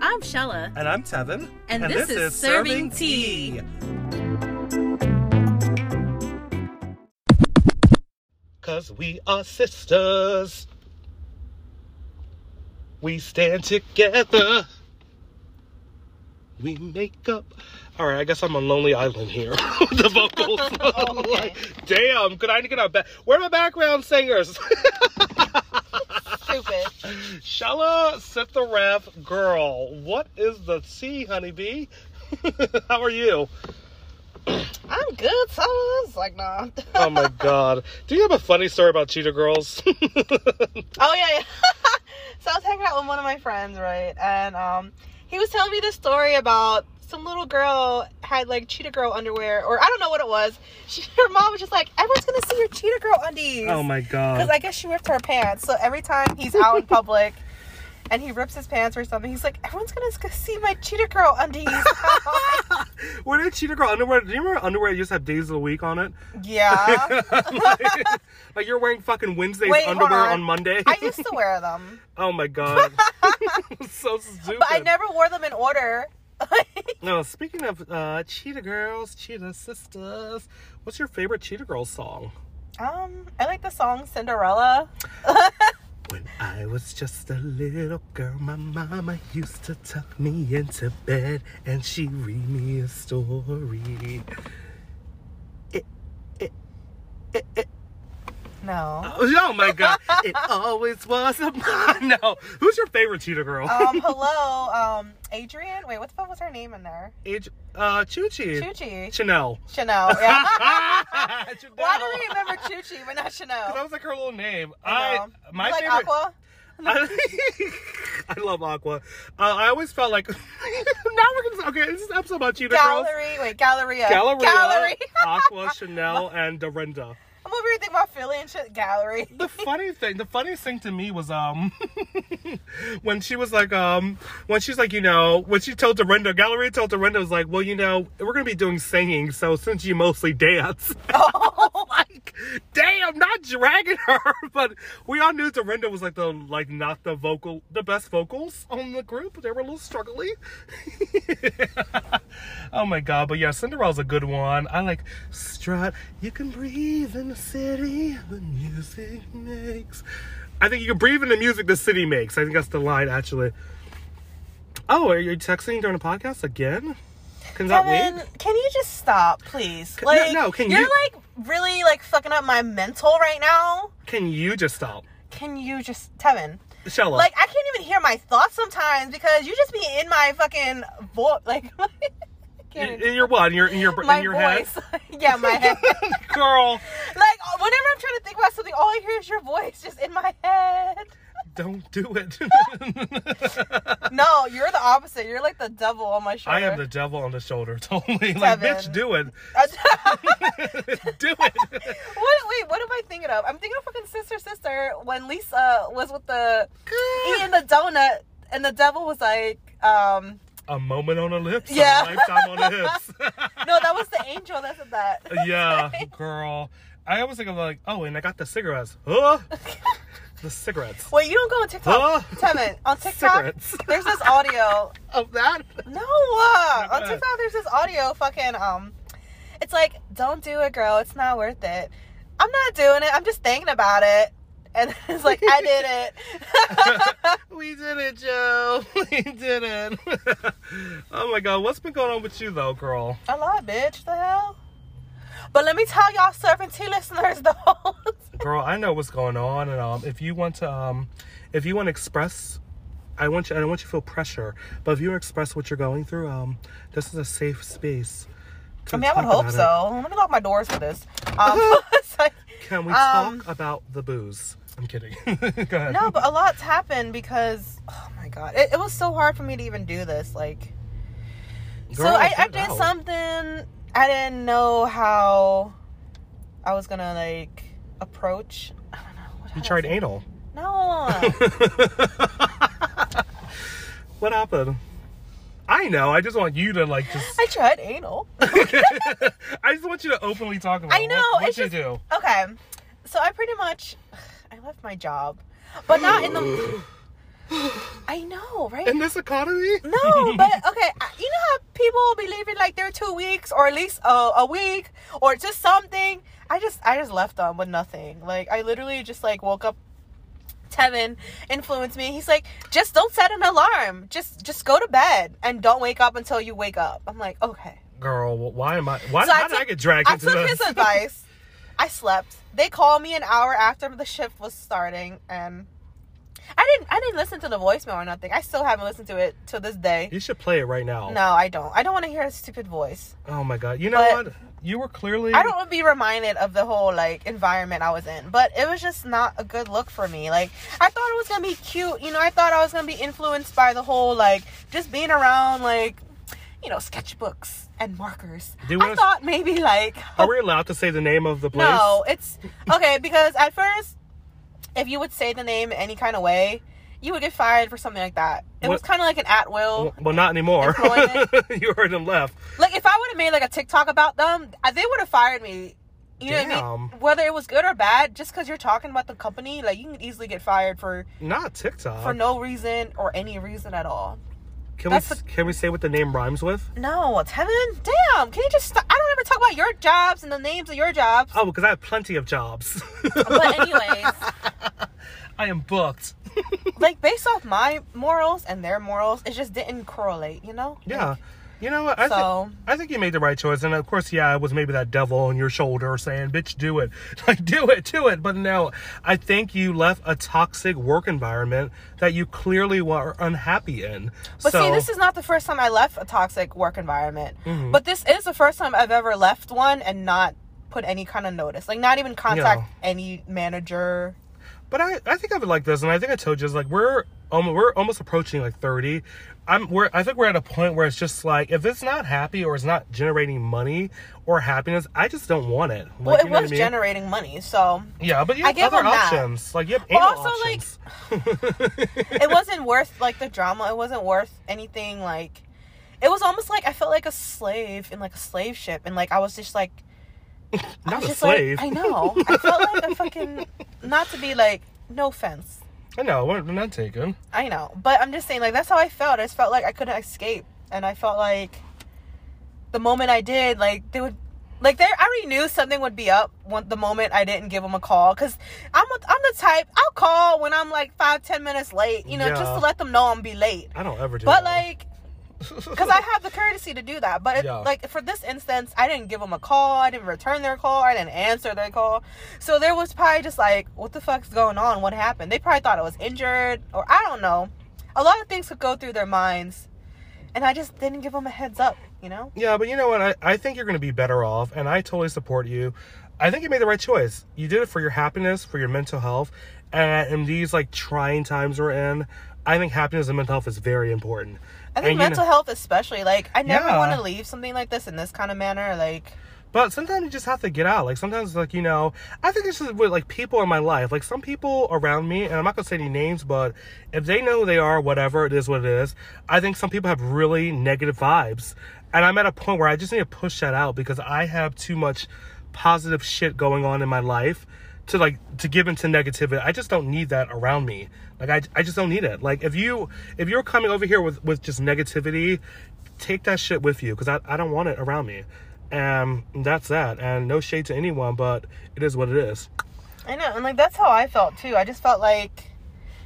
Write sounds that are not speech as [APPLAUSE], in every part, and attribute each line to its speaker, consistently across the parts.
Speaker 1: I'm Shella.
Speaker 2: And I'm Tevin.
Speaker 1: And this is Serving Tea.
Speaker 2: Cause we are sisters. We stand together. We make up. All right, I guess I'm on Lonely Island here. [LAUGHS] the
Speaker 1: [LAUGHS]
Speaker 2: vocals. like, damn, could I get our back? Where are my background singers? [LAUGHS]
Speaker 3: Stupid.
Speaker 2: Shella, sit the ref, girl. What is the tea, honeybee? [LAUGHS] How are you?
Speaker 3: I'm good. So I was like, nah.
Speaker 2: Oh
Speaker 3: [LAUGHS]
Speaker 2: my god. Do you have a funny story about cheetah girls? [LAUGHS]
Speaker 3: oh yeah, [LAUGHS] yeah. so I was hanging out with one of my friends, right? And um, he was telling me this story about some little girl had like cheetah girl underwear, or I don't know what it was. She, her mom was just like, everyone's gonna see your cheetah girl undies.
Speaker 2: oh my
Speaker 3: Because
Speaker 2: god.
Speaker 3: I guess she ripped her pants. So every time he's out
Speaker 2: [LAUGHS]
Speaker 3: in public. And he rips his pants or something. He's like, everyone's gonna s- see my cheetah girl undies. [LAUGHS]
Speaker 2: Were they cheetah girl underwear? Do you remember underwear used to have days of the week on it?
Speaker 3: yeah.
Speaker 2: like, like you're wearing fucking Wednesday's
Speaker 3: Wait, hold
Speaker 2: underwear on.
Speaker 3: on.
Speaker 2: Monday.
Speaker 3: I used to wear them,
Speaker 2: [LAUGHS] oh my
Speaker 3: [LAUGHS]
Speaker 2: god. [LAUGHS] so stupid.
Speaker 3: but I never wore them in order. [LAUGHS]
Speaker 2: No, speaking of uh, cheetah girls, cheetah sisters, what's your favorite cheetah girl song?
Speaker 3: Um, I like the song Cinderella.
Speaker 2: When I was just a little girl, my mama used to tuck me into bed and she read me a story.
Speaker 3: No.
Speaker 2: Oh, oh my god,
Speaker 3: [LAUGHS]
Speaker 2: it always was a no. Who's your favorite cheetah girl?
Speaker 3: Um, hello, um, Adrian. Wait, what the fuck was her name in there?
Speaker 2: Age, uh, Chuchi.
Speaker 3: Chuchi.
Speaker 2: Chanel.
Speaker 3: Chanel. Yeah.
Speaker 2: [LAUGHS] Chanel.
Speaker 3: Why do we remember Chuchi but not
Speaker 2: That
Speaker 3: Chanel?
Speaker 2: was like her little name.
Speaker 3: No.
Speaker 2: I
Speaker 3: You
Speaker 2: my
Speaker 3: like
Speaker 2: favorite.
Speaker 3: Aqua.
Speaker 2: I, [LAUGHS] I love Aqua. Uh, I always felt like [LAUGHS] now we're gonna okay. This is an episode about cheetah girls.
Speaker 3: Gallery. Wait, Galleria.
Speaker 2: Galleria,
Speaker 3: Gallery.
Speaker 2: Aqua, Chanel, and Dorinda.
Speaker 3: I'm over here thinking about Philly and shit. Gallery.
Speaker 2: The funny thing, the funniest thing to me was um [LAUGHS] when she was like um when she's like you know when she told Dorinda, Galleria told Dorinda was like, well you know we're gonna be doing singing, so since you mostly dance, like damn, not dragging her, [LAUGHS] but we all knew Dorinda was like the like not the vocal, the best vocals on the group. They were a little struggly. [LAUGHS] Oh my god, but yeah, Cinderella's a good one. I like strut. You can breathe in the city the music makes. I think you can breathe in the music the city makes. I think that's the line actually. Oh, are you texting during the podcast again? Can that wait?
Speaker 3: Kevin, can you just stop, please?
Speaker 2: no,
Speaker 3: Like,
Speaker 2: no, can
Speaker 3: you're
Speaker 2: you-
Speaker 3: like really like fucking up my mental right now.
Speaker 2: Can you just stop?
Speaker 3: Can you just, Tevin?
Speaker 2: Shella.
Speaker 3: Like I can't even hear my thoughts sometimes because you just be in my fucking voice. Like, [LAUGHS] I can't
Speaker 2: in,
Speaker 3: even-
Speaker 2: in your what? In your in your br-
Speaker 3: my
Speaker 2: in your
Speaker 3: voice.
Speaker 2: [LAUGHS]
Speaker 3: [LAUGHS] yeah, my head.
Speaker 2: head? Girl,
Speaker 3: like whenever I'm trying to think about something, all I hear is your voice just in my head.
Speaker 2: don't do it. [LAUGHS]
Speaker 3: No, you're the opposite. You're like the devil on my shoulder.
Speaker 2: I am the devil on the shoulder, [LAUGHS] totally. Like,
Speaker 3: Kevin.
Speaker 2: bitch, do it. [LAUGHS] do it.
Speaker 3: [LAUGHS] what? Wait, what am I thinking of? I'm thinking of fucking sister, sister. When Lisa was with the eating the donut, and the devil was like, um,
Speaker 2: A moment on the lips,
Speaker 3: Yeah.
Speaker 2: a lifetime on the [LAUGHS] hips.
Speaker 3: no, that was the angel that said that.
Speaker 2: [LAUGHS] yeah, girl. I always think of like, oh, and I got the cigarettes. [LAUGHS] Huh? the cigarettes.
Speaker 3: Wait, you don't go on TikTok.
Speaker 2: Huh?
Speaker 3: Tevin,
Speaker 2: [LAUGHS]
Speaker 3: on TikTok,
Speaker 2: Cigarettes.
Speaker 3: there's this audio.
Speaker 2: Of [LAUGHS] that?
Speaker 3: No, uh,
Speaker 2: Not
Speaker 3: on
Speaker 2: bad.
Speaker 3: TikTok, there's this audio. Fucking, um, it's like, don't do it, girl. It's not worth it. I'm not doing it. I'm just thinking about it. And it's like, I did
Speaker 2: [LAUGHS]
Speaker 3: it.
Speaker 2: we did it, Joe. [LAUGHS] We did it. [LAUGHS] oh my god, what's been going on with you though, girl?
Speaker 3: I lied, bitch. The hell. But let me tell y'all, serving tea listeners, though. [LAUGHS]
Speaker 2: Girl, I know what's going on, and um, if you want to, um, if you want to express. I want you. I don't want you to feel pressure, but if you express what you're going through, um, this is a safe space. to
Speaker 3: I mean, I would
Speaker 2: talk about
Speaker 3: hope
Speaker 2: it.
Speaker 3: so. Let me lock my doors for this.
Speaker 2: [LAUGHS]
Speaker 3: Um, [LAUGHS] it's like-
Speaker 2: Can we
Speaker 3: Um,
Speaker 2: talk about the booze? I'm kidding. [LAUGHS] Go ahead.
Speaker 3: No, but a lot's happened because oh my god, it, it was so hard for me to even do this. Like, so
Speaker 2: Girl,
Speaker 3: I, I
Speaker 2: get
Speaker 3: did
Speaker 2: out.
Speaker 3: something I didn't know how I was gonna like approach. I don't know. What
Speaker 2: You
Speaker 3: was
Speaker 2: tried
Speaker 3: it?
Speaker 2: anal. [LAUGHS]
Speaker 3: No.
Speaker 2: What happened? I know. I just want you to like just. [LAUGHS]
Speaker 3: I tried anal.
Speaker 2: I just want you to openly talk about.
Speaker 3: I know,
Speaker 2: What, what
Speaker 3: it's
Speaker 2: you
Speaker 3: just-
Speaker 2: do? [SIGHS]
Speaker 3: Okay, so I pretty much I left my job, but not in the I know, right?
Speaker 2: In this economy?
Speaker 3: No, but okay, I- you know how people will be leaving like their two weeks or at least uh, a week or just something. I just I just left them with nothing. Like I literally just like woke up. Tevin influenced me. He's like, just don't set an alarm. Just just go to bed and don't wake up until you wake up. I'm like, okay.
Speaker 2: Girl, wh- why am I? Why
Speaker 3: So
Speaker 2: how did I
Speaker 3: took-
Speaker 2: get dragged
Speaker 3: I
Speaker 2: into
Speaker 3: took
Speaker 2: this? [LAUGHS]
Speaker 3: his advice. I slept. They called me an hour after the shift was starting, and I didn't. I didn't listen to the voicemail or nothing. I still haven't listened to it till this day.
Speaker 2: You should play it right now.
Speaker 3: No, I don't. I don't want to hear a stupid voice.
Speaker 2: Oh my god. You know
Speaker 3: But-
Speaker 2: what? You were clearly.
Speaker 3: I don't want to be reminded of the whole like environment I was in, but it was just not a good look for me. Like I thought it was gonna be cute, you know. I thought I was gonna be influenced by the whole like just being around like you know sketchbooks and markers.
Speaker 2: Do you
Speaker 3: I
Speaker 2: wanna-
Speaker 3: thought
Speaker 2: [LAUGHS]
Speaker 3: maybe like
Speaker 2: Are we allowed to say the name of the place?
Speaker 3: No, it's okay because at first, if you would say the name any kind of way, you would get fired for something like that. It was
Speaker 2: What-
Speaker 3: kind of like an at will.
Speaker 2: Well, well, not anymore.
Speaker 3: Employment.
Speaker 2: [LAUGHS] you heard them left.
Speaker 3: Like if I would have made like a TikTok about them, I- they would have fired me. You know what I mean?
Speaker 2: Damn.
Speaker 3: Whether it was good or bad, just because you're talking about the company, like you can easily get fired for
Speaker 2: Not TikTok.
Speaker 3: for no reason or any reason at all.
Speaker 2: can we
Speaker 3: that's the-
Speaker 2: can we say what the name rhymes with?
Speaker 3: No, Tevin, damn, can you just stop? I don't ever talk about your jobs and the names of your jobs.
Speaker 2: Oh, because I have plenty of jobs. [LAUGHS]
Speaker 3: But anyways,
Speaker 2: I am booked.
Speaker 3: [LAUGHS] like based off my morals and their morals, it just didn't correlate, you know?
Speaker 2: Yeah. You know what? I, thi-
Speaker 3: So-
Speaker 2: I think you made the right choice. And of course, yeah, it was maybe that devil on your shoulder saying, bitch, do it. [LAUGHS] Like, do it, do it. But no, I think you left a toxic work environment that you clearly were unhappy in.
Speaker 3: But
Speaker 2: so, Mm-hmm.
Speaker 3: see, this is not the first time I left a toxic work environment. But this is the first time I've ever left one and not put any kind of notice. Like not even contact any manager.
Speaker 2: But I, I think I would like this, and I think I told you, it's like we're almost, we're almost approaching like thirty. I'm we're I think we're at a point where it's just like if it's not happy or it's not generating money or happiness, I just don't want it. Like,
Speaker 3: Well,
Speaker 2: you
Speaker 3: it
Speaker 2: know what
Speaker 3: was
Speaker 2: I mean?
Speaker 3: generating money, so
Speaker 2: Yeah, but you
Speaker 3: I
Speaker 2: have
Speaker 3: give
Speaker 2: other
Speaker 3: them that.
Speaker 2: options. Like you have
Speaker 3: But
Speaker 2: anal
Speaker 3: also, like,
Speaker 2: options.
Speaker 3: it wasn't worth like the drama. It wasn't worth anything. Like it was almost like I felt like a slave in like a slave ship, and like I was
Speaker 2: [LAUGHS]
Speaker 3: just like I
Speaker 2: not
Speaker 3: was
Speaker 2: a
Speaker 3: just like-
Speaker 2: slave.
Speaker 3: I know. I felt like
Speaker 2: [LAUGHS]
Speaker 3: a fucking not to be like no offense.
Speaker 2: [LAUGHS] I know, we're we're not taken.
Speaker 3: I know, but I'm just saying, like that's how I felt. I just felt like I couldn't escape, and I felt like the moment I did, like they would, like there, I already knew something would be up when the moment I didn't give them a call, because I'm a, I'm the type I'll call when I'm like five ten minutes late, you know, just
Speaker 2: Yeah.
Speaker 3: to let them know I'm be late.
Speaker 2: I don't ever do that. [LAUGHS]
Speaker 3: But like, because I have the courtesy to do that. But it,
Speaker 2: Yeah.
Speaker 3: like for this instance, I didn't give them a call. I didn't return their call. I didn't answer their call. So there was probably just like, what the fuck's going on? What happened? They probably thought I was injured, or I don't know. A lot of things could go through their minds, and I just didn't give them a heads up. You know?
Speaker 2: Yeah, but you know what? I, I think you're going to be better off, and I totally support you. I think you made the right choice. You did it for your happiness, for your mental health, and in these like trying times we're in, I think happiness and mental health is very important.
Speaker 3: I think
Speaker 2: And, you
Speaker 3: mental
Speaker 2: know-
Speaker 3: health, especially, like I never
Speaker 2: Yeah.
Speaker 3: want to leave something like this in this kind of manner. Like,
Speaker 2: But sometimes you just have to get out. Like sometimes, like you know, I think this is with like people in my life. Like some people around me, and I'm not gonna say any names, but if they know who they are, whatever it is, what it is. I think some people have really negative vibes, and I'm at a point where I just need to push that out because I have too much positive shit going on in my life to like to give into negativity. I just don't need that around me. Like I, I just don't need it. Like if you if you're coming over here with with just negativity, take that shit with you because I, I don't want it around me. Um, that's that. And no shade to anyone, but it is what it is.
Speaker 3: I know, and like that's how I felt too. I just felt like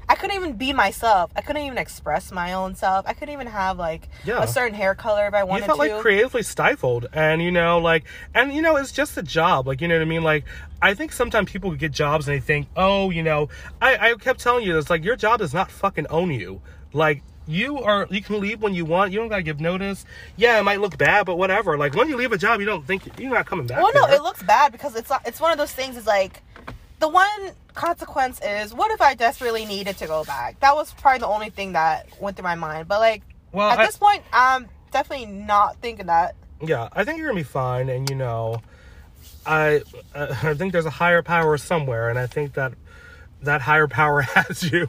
Speaker 3: I couldn't even be myself. I couldn't even express my own self. I couldn't even have like
Speaker 2: Yeah.
Speaker 3: a certain hair color if I wanted
Speaker 2: you felt
Speaker 3: to.
Speaker 2: like creatively stifled and you know like and you know it's just a job like you know what i mean like i think sometimes people get jobs and they think oh you know i, I kept telling you this like your job does not fucking own you like you are you can leave when you want you don't gotta give notice yeah it might look bad but whatever like when you leave a job you don't think you're not coming back
Speaker 3: well, no,
Speaker 2: there.
Speaker 3: it looks bad because it's it's one of those things. Is like the one consequence is what if I desperately needed to go back? That was probably the only thing that went through my mind. But like
Speaker 2: Well,
Speaker 3: at
Speaker 2: I-
Speaker 3: this point, I'm definitely not thinking that.
Speaker 2: yeah i think you're gonna be fine and you know i i think there's a higher power somewhere and i think that that higher power [LAUGHS] has you.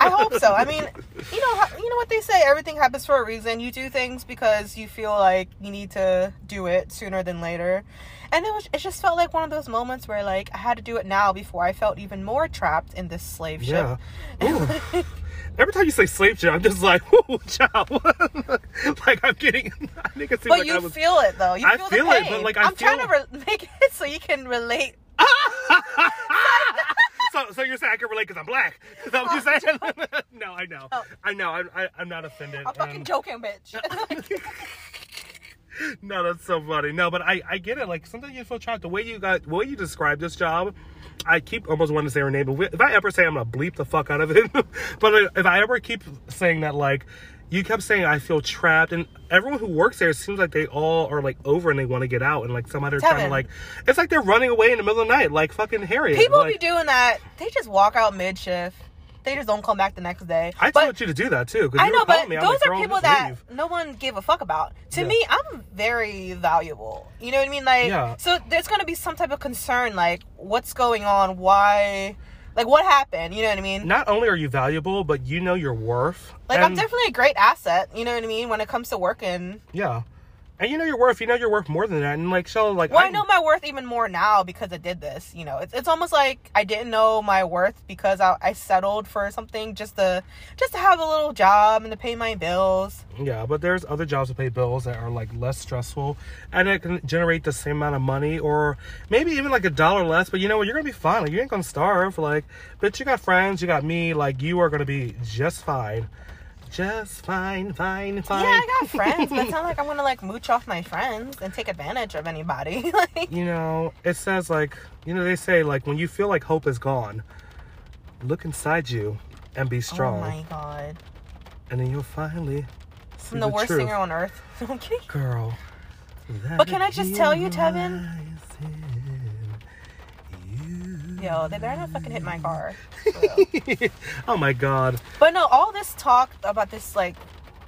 Speaker 3: I hope so. I mean, you know, you know what they say. Everything happens for a reason. You do things because you feel like you need to do it sooner than later, and it was. It just felt like one of those moments where like I had to do it now before I felt even more trapped in this slave
Speaker 2: yeah.
Speaker 3: ship.
Speaker 2: Ooh. Every time you say slave ship, I'm just like, whoa, child. [LAUGHS] like I'm getting. I think it seemed
Speaker 3: But
Speaker 2: like
Speaker 3: you
Speaker 2: I was.
Speaker 3: feel it though. You
Speaker 2: I
Speaker 3: feel,
Speaker 2: feel
Speaker 3: the
Speaker 2: it,
Speaker 3: pain.
Speaker 2: but, like, I
Speaker 3: am trying to re- [LAUGHS] make it so you can relate.
Speaker 2: so, so you're saying I can relate because I'm black? Is
Speaker 3: [LAUGHS]
Speaker 2: that what you're saying? [LAUGHS] no, I know.
Speaker 3: Oh.
Speaker 2: I know. I'm, I, I'm not offended.
Speaker 3: I'm fucking
Speaker 2: and-
Speaker 3: joking,
Speaker 2: [LAUGHS]
Speaker 3: bitch.
Speaker 2: No, that's so funny. No, but I, I get it. Like sometimes you feel trapped. The way you got, the way you describe this job, I keep almost wanting to say her name. But we- if I ever say, I'm gonna bleep the fuck out of it. [LAUGHS] but like, if I ever keep saying that, like you kept saying, I feel trapped, and everyone who works there it seems like they all are like over and they want to get out, and like somehow they're trying to
Speaker 3: Tevin.
Speaker 2: like, it's like they're running away in the middle of the night, like fucking Harriet.
Speaker 3: People
Speaker 2: like,
Speaker 3: be doing that. They just walk out mid shift. They just don't come back the next day.
Speaker 2: I
Speaker 3: But-
Speaker 2: told you to do that too. 'cause
Speaker 3: I
Speaker 2: you were
Speaker 3: know, but
Speaker 2: calling me. I'm
Speaker 3: those
Speaker 2: like,
Speaker 3: are
Speaker 2: "Girl,
Speaker 3: people
Speaker 2: just
Speaker 3: that
Speaker 2: leave."
Speaker 3: no one gave a fuck about. To
Speaker 2: Yeah.
Speaker 3: me, I'm very valuable. You know what I mean? Like,
Speaker 2: Yeah.
Speaker 3: so there's gonna be some type of concern, like what's going on, why, like what happened. You know what I mean?
Speaker 2: Not only are you valuable, but you know your worth.
Speaker 3: like I'm
Speaker 2: and-
Speaker 3: definitely a great asset. You know what I mean? When it comes to working,
Speaker 2: Yeah. And you know your worth. You know your worth more than that. And like, so like,
Speaker 3: well, i
Speaker 2: I'm-
Speaker 3: know my worth even more now because I did this. You know, it's it's almost like I didn't know my worth because I, I settled for something just to just to have a little job and to pay my bills.
Speaker 2: Yeah, but there's other jobs to pay bills that are like less stressful, and it can generate the same amount of money, or maybe even like a dollar less. But you know what? You're gonna be fine. Like you ain't gonna starve. Like, bitch, you got friends. You got me. Like, you are gonna be just fine. Just fine, fine, fine.
Speaker 3: Yeah, I got friends, but it's
Speaker 2: [LAUGHS]
Speaker 3: not like I'm gonna like mooch off my friends and take advantage of anybody. [LAUGHS] like,
Speaker 2: you know, it says like, you know, they say like when you feel like hope is gone, look inside you and be
Speaker 3: oh
Speaker 2: strong,
Speaker 3: my god,
Speaker 2: and then you'll finally see
Speaker 3: I'm the, worst
Speaker 2: truth.
Speaker 3: singer on earth. [LAUGHS] I'm kidding.
Speaker 2: Girl.
Speaker 3: But can I just tell you, Tevin? Yo, they better not fucking hit my car.
Speaker 2: [LAUGHS] oh my god.
Speaker 3: But no, all this talk about this like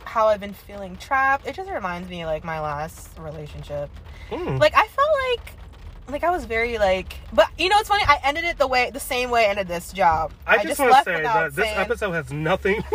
Speaker 3: how I've been feeling trapped, it just reminds me like my last relationship.
Speaker 2: Mm.
Speaker 3: Like I felt like like I was very like but you know it's funny, I ended it the way the same way I ended this job.
Speaker 2: I just, want to say that this episode has nothing. [LAUGHS]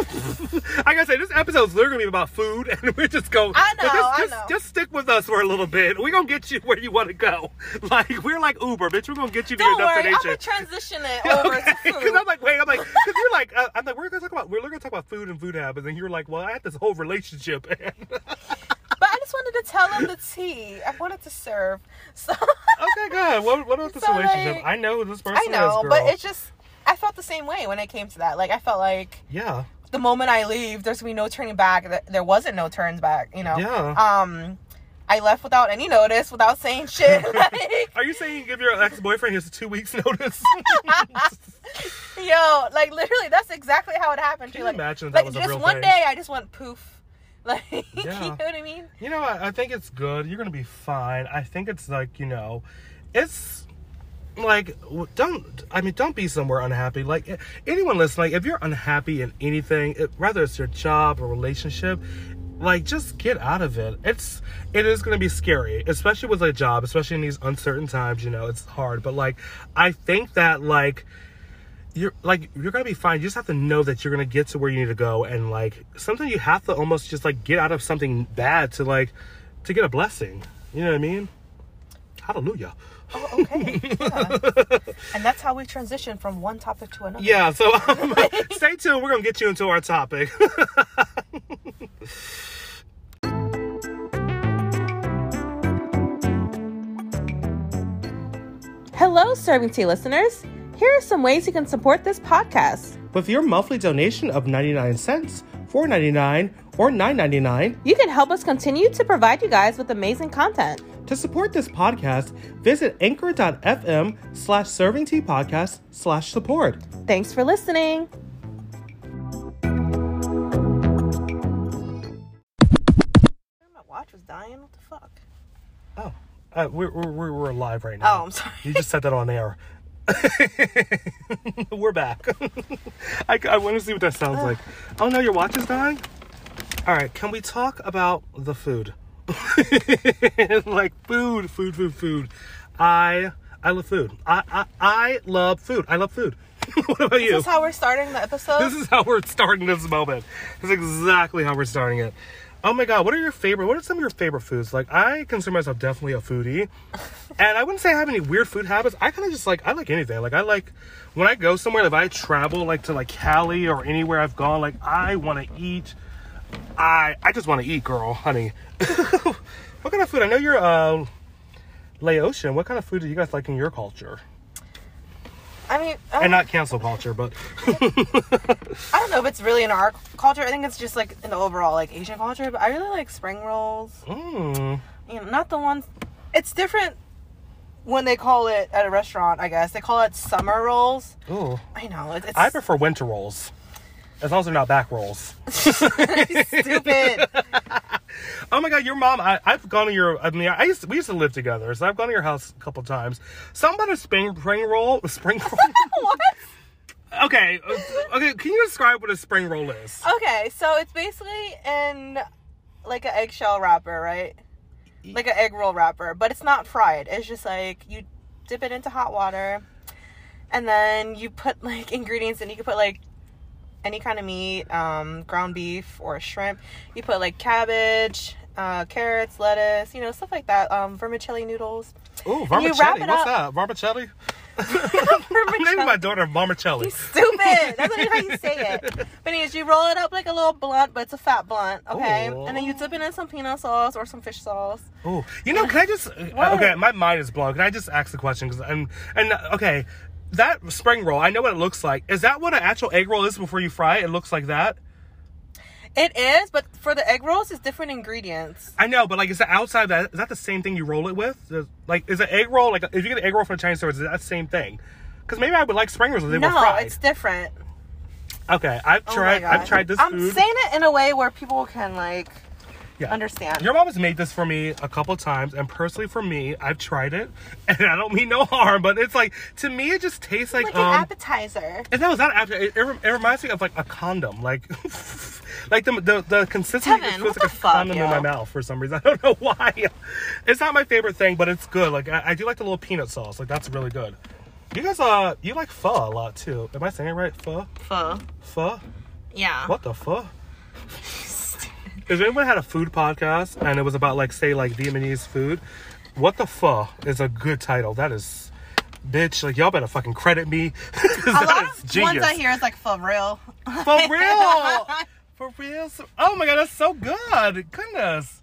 Speaker 2: I gotta say, this episode is literally gonna be about food, [LAUGHS] and we're just going.
Speaker 3: I know,
Speaker 2: just,
Speaker 3: I
Speaker 2: just,
Speaker 3: know.
Speaker 2: just stick with us for a little bit. We're gonna get you where you want to go. [LAUGHS] Like we're like Uber, bitch. We're gonna get you to
Speaker 3: Don't
Speaker 2: your
Speaker 3: worry, I'm
Speaker 2: destination.
Speaker 3: gonna transition
Speaker 2: [LAUGHS]
Speaker 3: it over to
Speaker 2: Because
Speaker 3: food.
Speaker 2: I'm like, wait, I'm like, because you're like, uh, I'm like, we're gonna talk about, we're gonna talk about food and food habits, and you're like, well, I had this whole relationship, [LAUGHS] and
Speaker 3: But I just wanted to tell him the tea. I wanted to serve. [LAUGHS] So
Speaker 2: okay, God, what, what about this
Speaker 3: So,
Speaker 2: relationship?
Speaker 3: like,
Speaker 2: I know who this person.
Speaker 3: I know,
Speaker 2: is, girl.
Speaker 3: but it's just I felt the same way when it came to that. Like I felt like
Speaker 2: yeah,
Speaker 3: the moment I leave, there's gonna be no turning back. Th- There wasn't no turns back, you know.
Speaker 2: Yeah.
Speaker 3: Um, I left without any notice, without
Speaker 2: [LAUGHS]
Speaker 3: saying shit. [LAUGHS] like,
Speaker 2: Are you saying you give your ex boyfriend his two weeks [LAUGHS]
Speaker 3: [LAUGHS]
Speaker 2: notice?
Speaker 3: yo, like literally, that's exactly how it happened.
Speaker 2: Can
Speaker 3: too.
Speaker 2: you
Speaker 3: like,
Speaker 2: imagine if that
Speaker 3: like
Speaker 2: was a
Speaker 3: just
Speaker 2: real
Speaker 3: one
Speaker 2: thing?
Speaker 3: day, I just went poof. [LAUGHS] Like, you
Speaker 2: Yeah.
Speaker 3: know what I mean?
Speaker 2: you know, I, I think it's good. You're gonna be fine. I think it's like you know, it's like w- don't. I mean, don't be somewhere unhappy. Like a- anyone listening, if you're unhappy in anything, it, whether it's your job or relationship. Like just get out of it. It's it is gonna be scary, especially with a job, especially in these uncertain times. You know, it's hard. But like, I think that like you're like you're gonna be fine. You just have to know that you're gonna get to where you need to go, and like sometimes you have to almost just like get out of something bad to like to get a blessing. You know what I mean? Hallelujah.
Speaker 3: Oh, okay. Yeah. and that's how we transition from one topic to another.
Speaker 2: Yeah. So [LAUGHS] um, stay tuned. We're gonna get you into our topic. [LAUGHS]
Speaker 3: Hello, Serving Tea listeners. Here are some ways you can support this podcast.
Speaker 2: With your monthly donation of ninety nine cents, four ninety nine, or nine ninety nine
Speaker 3: You can help us continue to provide you guys with amazing content.
Speaker 2: to support this podcast, visit anchor.fm slash serving tea podcast slash support.
Speaker 3: Thanks for listening. My watch was dying. What the fuck?
Speaker 2: Oh, uh, we're, we're, we're we're live right now.
Speaker 3: Oh, I'm sorry.
Speaker 2: You just said that on air. [LAUGHS] We're back. [LAUGHS] I, I want to see what that sounds like. Oh no, your watch is dying? All right, can we talk about the food? [LAUGHS] like food, food, [LAUGHS] food, food. I I love food. I I, I love food. I love food. what about you?
Speaker 3: This is how we're starting the episode.
Speaker 2: This is how we're starting this moment. This is exactly how we're starting it. Oh my god, what are your favorite? What are some of your favorite foods? Like, I consider myself definitely a foodie, and I wouldn't say I have any weird food habits. I kind of just like I like anything. Like, I like when I go somewhere. If I travel, like to like Cali or anywhere I've gone, like I want to eat. I I just want to eat, girl, honey. [LAUGHS] what kind of food? I know you're uh, Laotian. What kind of food do you guys like in your culture?
Speaker 3: I mean, I
Speaker 2: And
Speaker 3: don't,
Speaker 2: not cancel culture, but
Speaker 3: I don't know if it's really in our culture. I think it's just like in the overall like Asian culture. But I really like spring rolls.
Speaker 2: mm,
Speaker 3: you know, not the ones. It's different when they call it at a restaurant. I guess they call it summer rolls.
Speaker 2: ooh.
Speaker 3: I know it, it's
Speaker 2: I prefer winter rolls. As long as they're not back rolls. [LAUGHS]
Speaker 3: stupid.
Speaker 2: Oh my god, your mom! I, I've gone to your. I mean, I used to, we used to live together, so I've gone to your house a couple times. Some about a spring spring roll, spring [LAUGHS] roll.
Speaker 3: what?
Speaker 2: okay, uh, okay. Can you describe what a spring roll is?
Speaker 3: Okay, so it's basically in like an eggshell wrapper, right? Like an egg roll wrapper, but it's not fried. It's just like you dip it into hot water, and then you put like [LAUGHS] ingredients, and you can put like any kind of meat, um, ground beef or shrimp. You put like cabbage, uh, carrots, lettuce, you know, stuff like that. Um, vermicelli noodles.
Speaker 2: Ooh,
Speaker 3: And you wrap
Speaker 2: vermicelli.
Speaker 3: it
Speaker 2: What's that?
Speaker 3: up.
Speaker 2: Vermicelli.
Speaker 3: Vermicelli.
Speaker 2: Name my daughter vermicelli.
Speaker 3: stupid. That's not even how you say
Speaker 2: [LAUGHS]
Speaker 3: it. But anyways, you roll it up like a little blunt, but it's a fat blunt, okay?
Speaker 2: Ooh.
Speaker 3: And then you dip it in some peanut sauce or some fish sauce.
Speaker 2: Ooh, you know, can I just? uh, Okay, my mind is blown. Can I just ask the question? Because and and okay, that spring roll. I know what it looks like. Is that what an actual egg roll is before you fry it? It looks like that.
Speaker 3: It is, but for the egg rolls, it's different ingredients.
Speaker 2: I know, but like, is the outside of that is that the same thing you roll it with? The- Like, is an egg roll like if you get an egg roll from a Chinese store, is that the same thing? Because maybe I would like spring rolls if they were
Speaker 3: No,
Speaker 2: fried.
Speaker 3: it's different.
Speaker 2: Okay, I've
Speaker 3: Oh my
Speaker 2: tried. I've
Speaker 3: God.
Speaker 2: tried this
Speaker 3: I'm
Speaker 2: food.
Speaker 3: saying it in a way where people can like
Speaker 2: Yeah.
Speaker 3: understand.
Speaker 2: Your mom has made this for me a couple times, and personally for me, I've tried it, [LAUGHS] and I don't mean no harm, but it's like to me, it just tastes like,
Speaker 3: like
Speaker 2: um.
Speaker 3: an appetizer.
Speaker 2: and that was not after. It, it, rem- it reminds me of like a condom, like. [LAUGHS] Like the the, the consistency it
Speaker 3: Tevin,
Speaker 2: feels like
Speaker 3: what
Speaker 2: a
Speaker 3: the fuck,
Speaker 2: condom in
Speaker 3: yo?
Speaker 2: my mouth for some reason. [LAUGHS] I don't know why. It's not my favorite thing, but it's good. Like I, I do like the little peanut sauce. Like that's really good. You guys, uh, you like pho a lot too. Am I saying it right? Pho,
Speaker 3: Pho.
Speaker 2: pho.
Speaker 3: Yeah.
Speaker 2: What the
Speaker 3: [LAUGHS]
Speaker 2: fuck? if anyone had a food podcast and it was about like say like Vietnamese food, what the fuck is a good title? That is, bitch. Like y'all better fucking credit me. [LAUGHS]
Speaker 3: A lot of ones I hear is like for real. [LAUGHS] Oh
Speaker 2: For real. For real. So- Oh my god, that's so good. Goodness.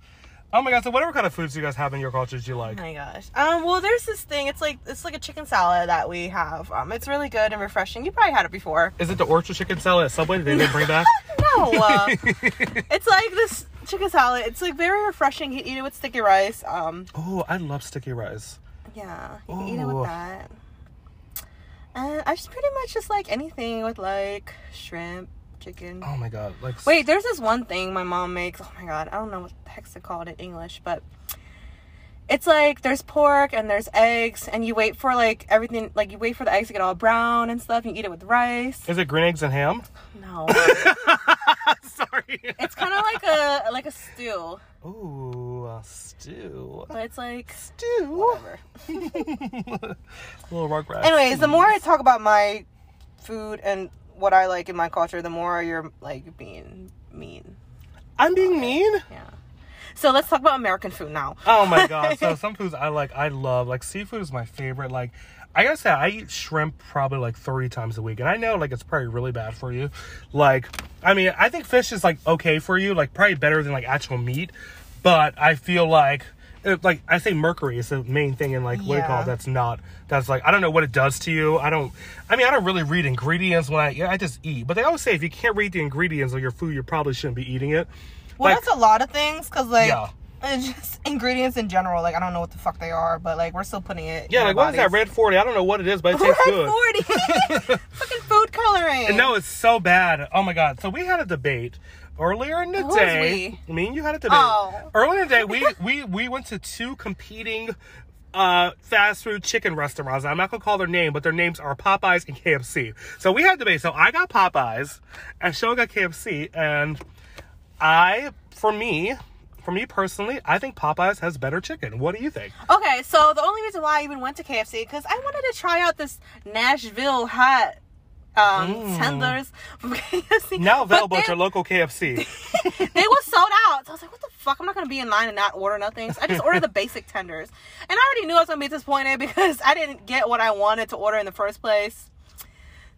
Speaker 2: Oh my god. So whatever kind of foods you guys have in your cultures you like.
Speaker 3: Oh my gosh. Um, well, there's this thing. It's like it's like a chicken salad that we have. Um, it's really good and refreshing. You probably had it before.
Speaker 2: Is it the orchard chicken salad at Subway that they didn't bring back? [LAUGHS]
Speaker 3: No, uh, it's like this chicken salad. It's like very refreshing. You can eat it with sticky rice. Um,
Speaker 2: Oh, I love sticky rice.
Speaker 3: yeah, you can eat it
Speaker 2: Ooh.
Speaker 3: with that. And I just pretty much just like anything with like shrimp, chicken.
Speaker 2: Oh my god. Like
Speaker 3: Wait, there's this one thing my mom makes. Oh my god, I don't know what the heck's it called in English, but it's like there's pork and there's eggs, and you wait for like everything, like you wait for the eggs to get all brown and stuff. And you eat it
Speaker 2: [LAUGHS]
Speaker 3: with rice.
Speaker 2: Is it green eggs and ham?
Speaker 3: No,
Speaker 2: Sorry.
Speaker 3: it's kind of like a like a stew,
Speaker 2: Ooh, a stew.
Speaker 3: but it's like
Speaker 2: Stew.
Speaker 3: whatever.
Speaker 2: Little Rugrats.
Speaker 3: Anyways, the more I talk about my food and what I like in my culture, the more you're like being mean.
Speaker 2: I'm being mean.
Speaker 3: Yeah. So let's talk about American food now.
Speaker 2: Oh my god. So some foods I like, I love. Like seafood is my favorite. Like I gotta say, I eat shrimp probably like three times a week, and I know like it's probably really bad for you. Like, I mean, I think fish is like okay for you, like probably better than like actual meat, but I feel like. it- Like I say, mercury is the main thing, and like what do you call
Speaker 3: Yeah.
Speaker 2: it? that's not that's like I don't know what it does to you. I don't. I mean, I don't really read ingredients when I yeah, I just eat. But they always say if you can't read the ingredients of your food, you probably shouldn't be eating it.
Speaker 3: Well,
Speaker 2: Like-
Speaker 3: that's a lot of things because like
Speaker 2: Yeah.
Speaker 3: [LAUGHS] it's just ingredients in general. Like I don't know what the fuck they are, but like we're still putting it.
Speaker 2: Yeah,
Speaker 3: in
Speaker 2: like
Speaker 3: our
Speaker 2: what is that
Speaker 3: bodies.
Speaker 2: red forty? I don't know what it is, but it tastes good.
Speaker 3: Red
Speaker 2: [LAUGHS]
Speaker 3: forty, [LAUGHS] fucking food coloring.
Speaker 2: No, it's so bad. Oh my god. So we had a debate earlier in the
Speaker 3: Who was
Speaker 2: day. Me and you had a debate.
Speaker 3: Oh.
Speaker 2: Earlier in the day, we we we went to two competing uh, fast food chicken restaurants. I'm not gonna call their name, but their names are Popeyes and KFC. So we had a debate. So I got Popeyes, and Show got KFC, and I, for me, for me personally, I think Popeyes has better chicken. What do you think?
Speaker 3: Okay, so the only reason why I even went to KFC because I wanted to try out this Nashville hot um, tenders from [LAUGHS] KFC.
Speaker 2: Mm. Now
Speaker 3: But
Speaker 2: available at your
Speaker 3: then
Speaker 2: local KFC.
Speaker 3: they were sold out. So I was like, what the fuck? I'm not gonna be in line and not order nothing. So I just ordered the basic tenders. And I already knew I was gonna be disappointed because [LAUGHS] I didn't get what I wanted to order in the first place.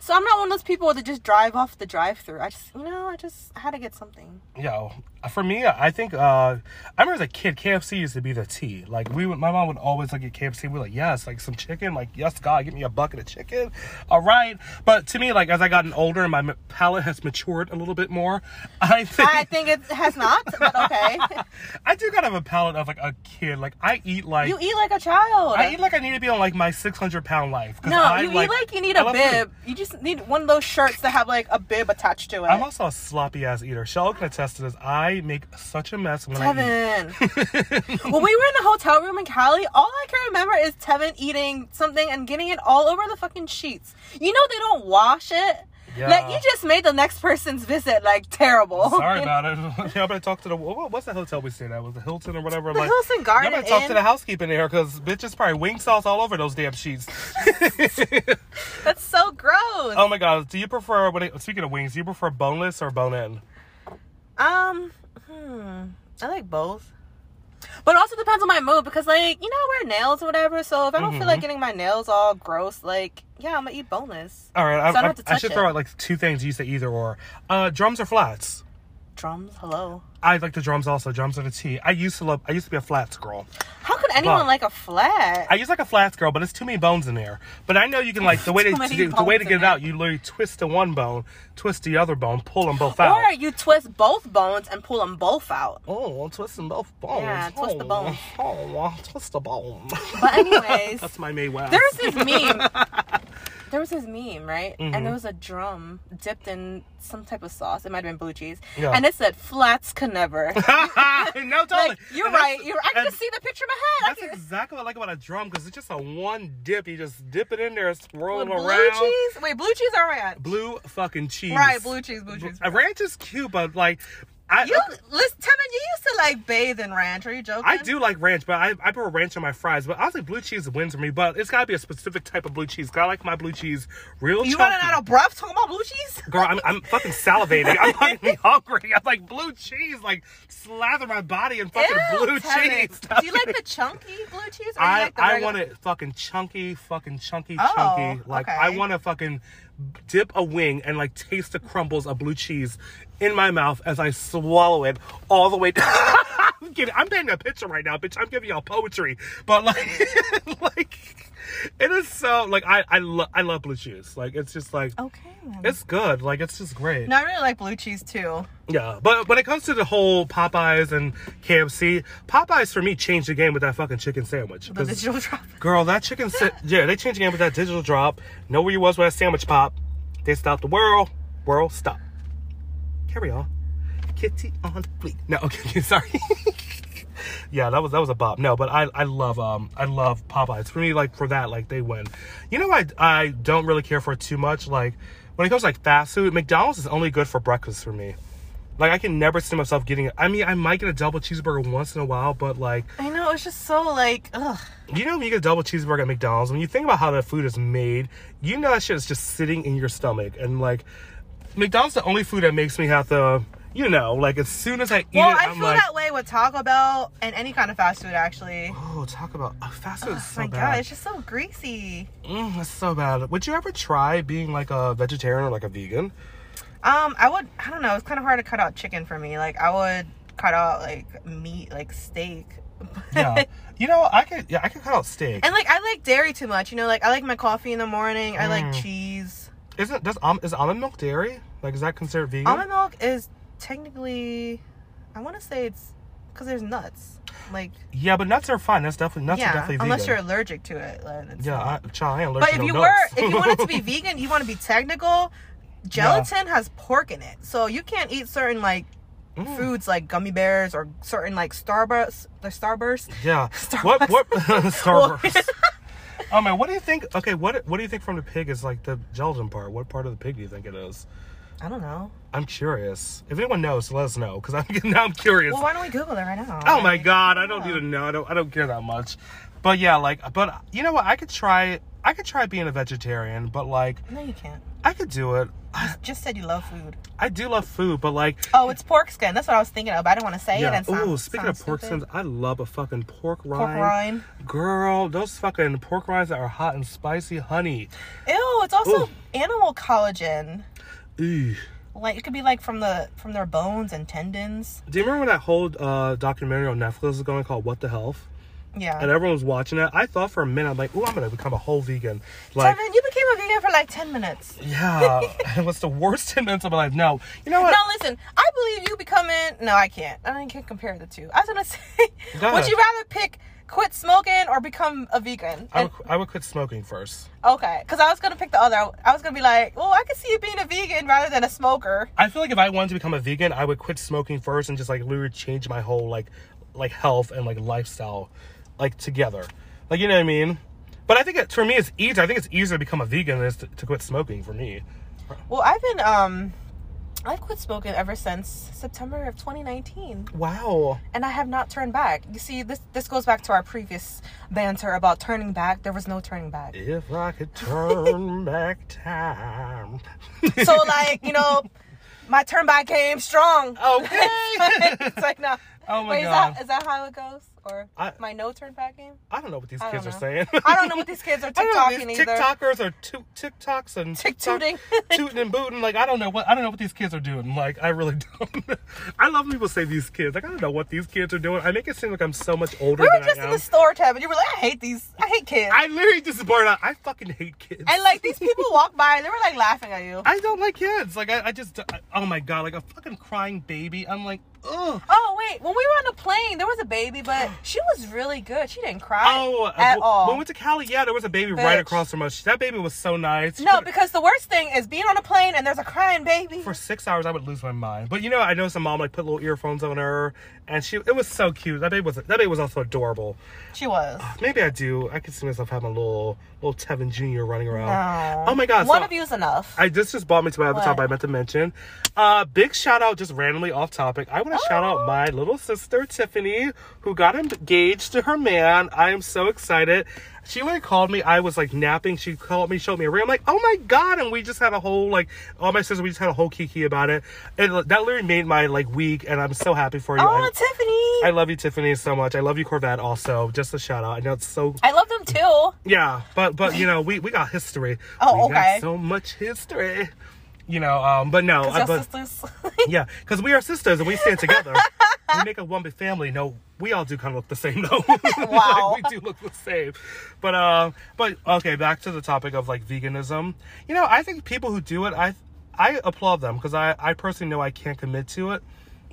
Speaker 3: So I'm not one of those people that just drive off the drive through. I just you know, I just had to get something.
Speaker 2: Yo, for me, I think uh, I remember as a kid, KFC used to be the tea. Like we, would, my mom would always look at KFC. We're like, yes, like some chicken. Like yes, God, give me a bucket of chicken. All right, but to me, like as I gotten older and my m- palate has matured a little bit more, [LAUGHS] I think [LAUGHS]
Speaker 3: I
Speaker 2: I,
Speaker 3: think it has not, but
Speaker 2: [LAUGHS]
Speaker 3: okay.
Speaker 2: do kind of have a palate of like a kid. Like I eat like
Speaker 3: You eat like a child.
Speaker 2: I eat like I need to be on like my six hundred pound life. 'cause
Speaker 3: no,
Speaker 2: I,
Speaker 3: you eat like you need
Speaker 2: I
Speaker 3: a
Speaker 2: love food.
Speaker 3: bib. You just need one of those shirts that have like a bib attached to it.
Speaker 2: I'm also a sloppy ass eater. Shell can attest to this. I make such a mess when I eat.
Speaker 3: Tevin.
Speaker 2: [LAUGHS]
Speaker 3: when we were in the hotel room in Cali, all I can remember is Tevin eating something and getting it all over the fucking sheets. You know they don't wash it. Like
Speaker 2: Yeah.
Speaker 3: you just made the next person's visit like terrible. [LAUGHS]
Speaker 2: Sorry about it. [LAUGHS] Y'all better talk to the what, what's the hotel we stayed at? Was it Hilton or whatever?
Speaker 3: The Hilton Garden
Speaker 2: Y'all better talk
Speaker 3: Inn.
Speaker 2: to the housekeeping there because bitches probably wing sauce all over those damn sheets. [LAUGHS]
Speaker 3: That's so gross.
Speaker 2: oh my god. Do you prefer when it, speaking of wings? Do you prefer boneless or bone in?
Speaker 3: Um, hmm, I like both. But it also depends on my mood because, like, you know, I wear nails or whatever. So if I don't feel
Speaker 2: Mm-hmm.
Speaker 3: like getting my nails all gross, like, yeah, I'm gonna eat boneless.
Speaker 2: All right, I,
Speaker 3: So I don't have
Speaker 2: I-
Speaker 3: to
Speaker 2: I
Speaker 3: touch
Speaker 2: should
Speaker 3: it.
Speaker 2: throw out like two things you say either or. Uh, drums or flats.
Speaker 3: Drums, hello.
Speaker 2: I like the drums also. Drums are the tea. I used to love. I used to be a flats girl.
Speaker 3: How could anyone
Speaker 2: Fuck.
Speaker 3: like a flat?
Speaker 2: I use like a flats girl, but it's too many bones in there. But I know you can
Speaker 3: [LAUGHS]
Speaker 2: like the way to,
Speaker 3: Too many
Speaker 2: to- the way
Speaker 3: bones
Speaker 2: to get
Speaker 3: in
Speaker 2: it
Speaker 3: there.
Speaker 2: out. You literally twist the one bone, twist the other bone, pull them both out.
Speaker 3: Or you twist both bones and pull them both out.
Speaker 2: Oh, I'll twist them both bones.
Speaker 3: Yeah, twist the bone.
Speaker 2: Oh, oh, I'll twist the bone.
Speaker 3: But
Speaker 2: [LAUGHS]
Speaker 3: anyways,
Speaker 2: That's my May West. [LAUGHS]
Speaker 3: there's this meme. There was this meme, right?
Speaker 2: Mm-hmm.
Speaker 3: And there was a drum dipped in some type of sauce. It might have been blue cheese.
Speaker 2: Yeah.
Speaker 3: And it said flats
Speaker 2: [LAUGHS]
Speaker 3: can never.
Speaker 2: no, totally.
Speaker 3: like, you're
Speaker 2: And that's-
Speaker 3: right. You're, I can
Speaker 2: and
Speaker 3: just see the picture in my head. I
Speaker 2: That's
Speaker 3: can-
Speaker 2: exactly what I like about a drum because it's just a one dip. You just dip it in there, swirl
Speaker 3: With
Speaker 2: it
Speaker 3: blue
Speaker 2: around.
Speaker 3: cheese? Wait, blue cheese or ranch?
Speaker 2: Blue fucking cheese.
Speaker 3: Right, blue cheese, blue cheese.
Speaker 2: Uh, Ranch is cute, but like, I
Speaker 3: You listen, Tevin, you used to like bathe in ranch. Are you joking?
Speaker 2: I do like ranch, but I, I put ranch on my fries. But honestly, blue cheese wins for me. But it's gotta be a specific type of blue cheese. 'cause I like my blue cheese real.
Speaker 3: You
Speaker 2: chunky.
Speaker 3: running out of breath talking about blue cheese?
Speaker 2: Girl, I'm, I'm fucking salivating. I'm
Speaker 3: [LAUGHS]
Speaker 2: fucking hungry. I'm like blue cheese, like slather my body in fucking
Speaker 3: Ew,
Speaker 2: blue
Speaker 3: Tevin.
Speaker 2: cheese.
Speaker 3: Do you like the chunky blue cheese? Or you
Speaker 2: I,
Speaker 3: like the
Speaker 2: I
Speaker 3: regular-
Speaker 2: want it fucking chunky, fucking chunky,
Speaker 3: Oh,
Speaker 2: chunky. Like I
Speaker 3: okay.
Speaker 2: want to fucking dip a wing and like taste the crumbles of blue cheese in my mouth as I swallow it all the way down. [LAUGHS] I'm, kidding. I'm painting a picture right now, bitch. I'm giving y'all poetry, but like, [LAUGHS] like it is so like I I, lo- I love blue cheese. Like it's just like
Speaker 3: Okay. then.
Speaker 2: it's good. Like it's just great.
Speaker 3: No, I really like blue cheese too.
Speaker 2: Yeah, but when it comes to the whole Popeyes and KFC, Popeyes for me changed the game with that fucking chicken sandwich.
Speaker 3: The
Speaker 2: 'Cause,
Speaker 3: digital [LAUGHS] drop.
Speaker 2: Girl, that chicken, sa- yeah, they changed the game with that digital drop. Know where you was with that sandwich pop. They stopped the world. World, stop. Carry on. Kitty on fleek. No, okay, [LAUGHS] sorry. yeah, that was that was a bop. No, but I I love um I love Popeyes. For me, like for that, like they win. You know, I I don't really care for it too much. Like when it comes to, like fast food, McDonald's is only good for breakfast for me. Like I can never see myself getting it. I mean, I might get a double cheeseburger once in a while, but like
Speaker 3: I know it's just so like ugh.
Speaker 2: you know when you get a double cheeseburger at McDonald's, when you think about how that food is made, you know that shit is just sitting in your stomach. And like McDonald's the only food that makes me have to you know, like as soon as I eat
Speaker 3: Well,
Speaker 2: it,
Speaker 3: I
Speaker 2: I'm
Speaker 3: feel
Speaker 2: like,
Speaker 3: that way with Taco Bell and any kind of fast food actually.
Speaker 2: oh, talk about oh, fast food is so
Speaker 3: my god,
Speaker 2: bad.
Speaker 3: it's just so greasy.
Speaker 2: Mm, it's so bad. Would you ever try being like a vegetarian or like a
Speaker 3: [LAUGHS]
Speaker 2: vegan?
Speaker 3: Um, I would I don't know, it's kinda hard to cut out chicken for me. Like I would cut out like meat, like steak.
Speaker 2: Yeah, you know, I could. Yeah, I could cut out steak.
Speaker 3: and like I like dairy too much, you know, like I like my coffee in the morning, I like
Speaker 2: Mm.
Speaker 3: cheese.
Speaker 2: Isn't does um is almond milk dairy? Like, is that considered vegan?
Speaker 3: Almond milk is technically I wanna say it's because there's nuts. Like
Speaker 2: yeah, but nuts are fine. That's definitely nuts are
Speaker 3: yeah,
Speaker 2: definitely vegan.
Speaker 3: unless you're allergic to it. then it's
Speaker 2: yeah,
Speaker 3: not.
Speaker 2: I, child, I ain't allergic
Speaker 3: But if
Speaker 2: to
Speaker 3: you
Speaker 2: no
Speaker 3: were,
Speaker 2: nuts.
Speaker 3: if you wanted
Speaker 2: [LAUGHS]
Speaker 3: to be vegan, you want to be technical. Gelatin has pork in it, so you can't eat certain like
Speaker 2: Mm.
Speaker 3: foods like gummy bears or certain like Starburst, the Starburst. [LAUGHS]
Speaker 2: Yeah.
Speaker 3: Starbucks.
Speaker 2: What what [LAUGHS]
Speaker 3: Or-
Speaker 2: Starburst? oh man, what do you think? Okay, what what do you think from the pig is like the gelatin part? What part of the pig do you think it is?
Speaker 3: I don't know.
Speaker 2: I'm curious. If anyone knows, let us know because I'm [LAUGHS] now I'm curious.
Speaker 3: Well, why don't we Google it right now?
Speaker 2: oh my god, I don't need to know. I don't I don't care that much. But yeah, like, but you know what? I could try. I could try being a vegetarian, but like,
Speaker 3: No, you can't.
Speaker 2: I could do it.
Speaker 3: You just said you love food.
Speaker 2: I do love food, but like,
Speaker 3: Oh, it's pork skin. That's what I was thinking of. But I didn't want to say it.
Speaker 2: yeah.
Speaker 3: And sound,
Speaker 2: Oh, speaking
Speaker 3: sound
Speaker 2: of pork
Speaker 3: stupid.
Speaker 2: skins, I love a fucking pork rind.
Speaker 3: pork rind.
Speaker 2: Girl, those fucking pork rinds that are hot and spicy, honey.
Speaker 3: Ew, it's also
Speaker 2: Ooh.
Speaker 3: animal collagen.
Speaker 2: Ew.
Speaker 3: Like it could be like from the from their bones and tendons.
Speaker 2: Do you remember when that whole uh, documentary on Netflix was going called "What the Health"?
Speaker 3: Yeah.
Speaker 2: And everyone was watching it. I thought for a minute, I'm like, "Ooh, I'm gonna become a whole vegan." Like,
Speaker 3: Devin, you became a vegan for like ten minutes.
Speaker 2: yeah, [LAUGHS] it was the worst [LAUGHS] ten minutes of my life. No, you know what?
Speaker 3: No, listen. I believe you becoming. No, I can't. I can't compare the two. I was gonna [LAUGHS] say,
Speaker 2: Go
Speaker 3: would
Speaker 2: ahead.
Speaker 3: you rather pick quit smoking or become a vegan?
Speaker 2: I, would, I would quit smoking first.
Speaker 3: And- okay, because I was gonna pick the other. I was gonna be like, well, I could see you being a vegan rather than a smoker.
Speaker 2: I feel like if I wanted to become a vegan, I would quit smoking first and just like literally change my whole like like health and like lifestyle like together. Like you know what I mean? But I think it, for me it's easier. I think it's easier to become a vegan than it is to, to quit smoking for me.
Speaker 3: Well, I've been um, I've quit smoking ever since September of 2019.
Speaker 2: Wow.
Speaker 3: and I have not turned back. You see, this this goes back to our previous banter about turning back. There was no
Speaker 2: [LAUGHS]
Speaker 3: turning back.
Speaker 2: If I could turn [LAUGHS] back time.
Speaker 3: So like, you know, my turn back came strong.
Speaker 2: Oh, Okay.
Speaker 3: it's like no.
Speaker 2: [LAUGHS] Oh my
Speaker 3: Wait,
Speaker 2: God.
Speaker 3: Is that, is that how it goes? Or
Speaker 2: I-
Speaker 3: my no turn back
Speaker 2: [LAUGHS]
Speaker 3: game?
Speaker 2: I don't know what these
Speaker 3: I
Speaker 2: kids
Speaker 3: don't
Speaker 2: are
Speaker 3: know.
Speaker 2: saying.
Speaker 3: I don't know what these kids are
Speaker 2: [LAUGHS] I don't know
Speaker 3: TikToking
Speaker 2: these
Speaker 3: either.
Speaker 2: TikTokers are to- TikToks and
Speaker 3: Tick
Speaker 2: TikTok- [LAUGHS]
Speaker 3: tooting.
Speaker 2: tooting and booting. Like I don't know what I don't know what these kids are doing. Like I really [LAUGHS] don't. I love when people say these kids. Like I don't know what these kids are doing. I make it seem like I'm so much older
Speaker 3: We were
Speaker 2: than
Speaker 3: just
Speaker 2: I
Speaker 3: in
Speaker 2: am.
Speaker 3: the store tab and you were like, I hate these. I hate kids.
Speaker 2: I literally just blurt out. I fucking hate kids.
Speaker 3: and like
Speaker 2: [LAUGHS]
Speaker 3: these people walk by and they were like laughing at you.
Speaker 2: I don't like kids. Like I, I just I- oh my god, like a fucking crying baby. I'm like ugh.
Speaker 3: Oh wait, when we were on the plane, there was a
Speaker 2: [GASPS]
Speaker 3: baby, but she was really good. She didn't cry
Speaker 2: Oh,
Speaker 3: at
Speaker 2: w-
Speaker 3: all.
Speaker 2: When we went to Cali, yeah, there was a baby right
Speaker 3: Bitch.
Speaker 2: across from us. That baby was so nice.
Speaker 3: No,
Speaker 2: But
Speaker 3: because the worst thing is being on a plane and there's a crying baby.
Speaker 2: for six hours, I would lose my mind. But you know, I noticed some mom like put little earphones on her, and she it was so cute. That baby was that baby was also adorable.
Speaker 3: She was.
Speaker 2: Maybe I do. I could see myself having a little little Tevin Jr. running around.
Speaker 3: No.
Speaker 2: Oh my god!
Speaker 3: One
Speaker 2: so
Speaker 3: of you is enough.
Speaker 2: I this just brought me to my other
Speaker 3: What?
Speaker 2: topic I meant to mention. Uh, big shout out, just randomly off topic. I want to shout
Speaker 3: Oh.
Speaker 2: out my little sister Tiffany, who got engaged to her man. I am so excited. She like called me. I was like napping. She called me, showed me a ring. I'm like, oh my god! And we just had a whole like, all my sisters. We just had a whole kiki about it, and that literally made my like week. And I'm so happy for you.
Speaker 3: oh,
Speaker 2: I, I
Speaker 3: Tiffany. I,
Speaker 2: love you, Tiffany, so much. I love you, Corvette. Also, just a shout out. I know it's so
Speaker 3: love them too.
Speaker 2: yeah, but but you know we we got history.
Speaker 3: Oh,
Speaker 2: we got
Speaker 3: okay.
Speaker 2: so much history. You know, um, but no, I,
Speaker 3: Your
Speaker 2: but
Speaker 3: sisters. [LAUGHS]
Speaker 2: [LAUGHS] yeah, because we are sisters and we stand together. we make a one big family. No, we all do kind of look the same though. [LAUGHS] Like,
Speaker 3: Wow.
Speaker 2: we do look the same. But uh, but okay, back to the topic of like veganism. You know, I think people who do it, I I applaud them because I I personally know I can't commit to it.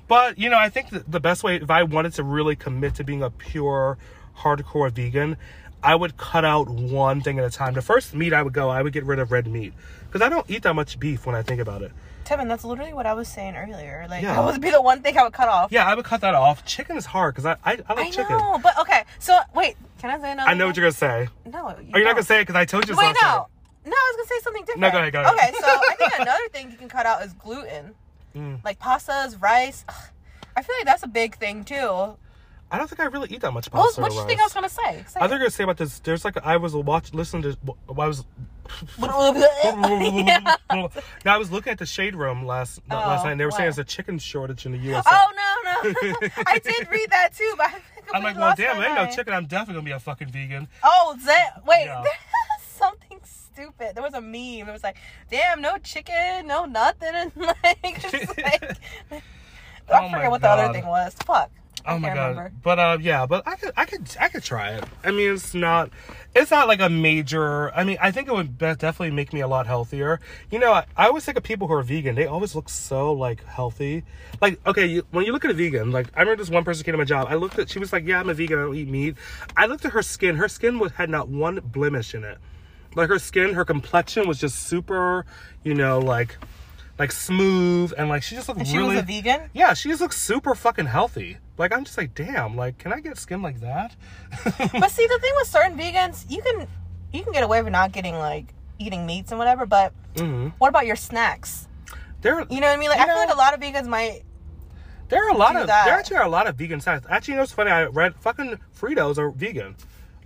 Speaker 2: But you know, I think that the best way if I wanted to really commit to being a pure hardcore vegan. I would cut out one thing at a time. The first meat I would go, I would get rid of red meat because I don't eat that much beef when I think about it.
Speaker 3: Tiffin, that's literally what I was saying earlier. Like
Speaker 2: Yeah.
Speaker 3: that would be the one thing I would cut off.
Speaker 2: Yeah, I would cut that off. Chicken is hard because I, I, I like
Speaker 3: I
Speaker 2: chicken.
Speaker 3: know, but okay. So wait, can I say another?
Speaker 2: I know what you're gonna say.
Speaker 3: gonna. No, you
Speaker 2: Are you not gonna say it because I told you
Speaker 3: Wait,
Speaker 2: so?
Speaker 3: no. No, I was gonna say something different.
Speaker 2: No, go ahead, go ahead.
Speaker 3: Okay, so I think
Speaker 2: [LAUGHS]
Speaker 3: another thing you can cut out is gluten,
Speaker 2: Mm.
Speaker 3: like pastas, rice. Ugh, I feel like that's a big thing too. What
Speaker 2: I don't think I really eat that much
Speaker 3: was,
Speaker 2: pasta.
Speaker 3: what
Speaker 2: or
Speaker 3: you
Speaker 2: rice.
Speaker 3: think I was gonna say?
Speaker 2: I think [LAUGHS]
Speaker 3: Say [LAUGHS]
Speaker 2: I was gonna say about this. There's like I was watching, listening to. I was.
Speaker 3: it. [LAUGHS] Yeah.
Speaker 2: [LAUGHS] Now I was looking at the shade room last not last
Speaker 3: Oh,
Speaker 2: night. And they were
Speaker 3: what?
Speaker 2: saying there's a chicken shortage in the U.S.
Speaker 3: Oh
Speaker 2: [LAUGHS]
Speaker 3: no, no. [LAUGHS] I did read that too, but I completely
Speaker 2: I'm like, well,
Speaker 3: lost
Speaker 2: damn,
Speaker 3: my
Speaker 2: I ain't no
Speaker 3: mind.
Speaker 2: chicken. I'm definitely gonna be a fucking vegan.
Speaker 3: Oh, that wait,
Speaker 2: Yeah.
Speaker 3: [LAUGHS] something stupid. There was a meme. It was like, damn, no chicken, no nothing, [LAUGHS] and like,
Speaker 2: [LAUGHS]
Speaker 3: it's like
Speaker 2: Oh
Speaker 3: I
Speaker 2: my
Speaker 3: forget what the other
Speaker 2: God.
Speaker 3: thing was. Fuck. I
Speaker 2: Oh my
Speaker 3: can't
Speaker 2: god!
Speaker 3: Remember.
Speaker 2: But uh, yeah, but I could, I could, I could try it. I mean, it's not, it's not like a major. I mean, I think it would be- definitely make me a lot healthier. You know, I, I always think of people who are vegan. They always look so like healthy. Like, okay, you, when you look at a vegan, like I remember this one person came to my job. I looked at, she was like, "Yeah, I'm a vegan. I don't eat meat." I looked at her skin. Her skin was, had not one blemish in it. Like her skin, her complexion was just super. You know, like, like smooth and like she just looked
Speaker 3: And she
Speaker 2: really
Speaker 3: was
Speaker 2: [LAUGHS]
Speaker 3: a vegan.
Speaker 2: yeah, she just looks super fucking healthy. Like I'm just like, damn. Like, can I get skin like that? [LAUGHS]
Speaker 3: But see, the thing with certain vegans, you can you can get away with not getting like eating meats and whatever. But what about your snacks?
Speaker 2: There,
Speaker 3: You know what I mean? Like
Speaker 2: Mm-hmm. You
Speaker 3: I feel
Speaker 2: know-
Speaker 3: like a lot of vegans might.
Speaker 2: there are a lot
Speaker 3: do
Speaker 2: of
Speaker 3: that.
Speaker 2: there actually are a lot of vegan snacks. Actually, you know what's funny? I read fucking Fritos are vegan.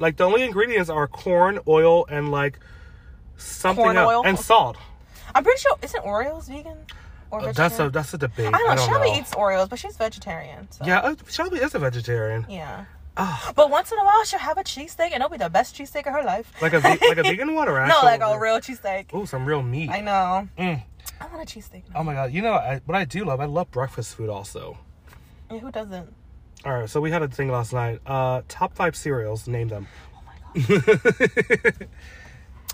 Speaker 2: Like the only ingredients are corn, oil, and like something
Speaker 3: Corn
Speaker 2: else,
Speaker 3: oil?
Speaker 2: and salt.
Speaker 3: I'm pretty sure isn't Oreos vegan or vegetarian?
Speaker 2: That's a that's a debate.
Speaker 3: I don't know. Shelby
Speaker 2: know.
Speaker 3: eats Oreos, but she's vegetarian. So.
Speaker 2: Yeah, uh, Shelby is a vegetarian.
Speaker 3: Yeah.
Speaker 2: Ah.
Speaker 3: But once in a while, she'll have a cheesesteak, and it'll be the best cheesesteak of her life.
Speaker 2: Like a ve- like
Speaker 3: [LAUGHS]
Speaker 2: a vegan one or
Speaker 3: no,
Speaker 2: actual-
Speaker 3: like a real cheesesteak.
Speaker 2: Ooh, some real meat.
Speaker 3: I know.
Speaker 2: Mm.
Speaker 3: I want a cheesesteak. now.
Speaker 2: Oh my god! You know I, what I do love? I love breakfast food also.
Speaker 3: Yeah, who doesn't?
Speaker 2: All right, so we had a thing last night. Uh, top five cereals. Name them.
Speaker 3: Oh my god.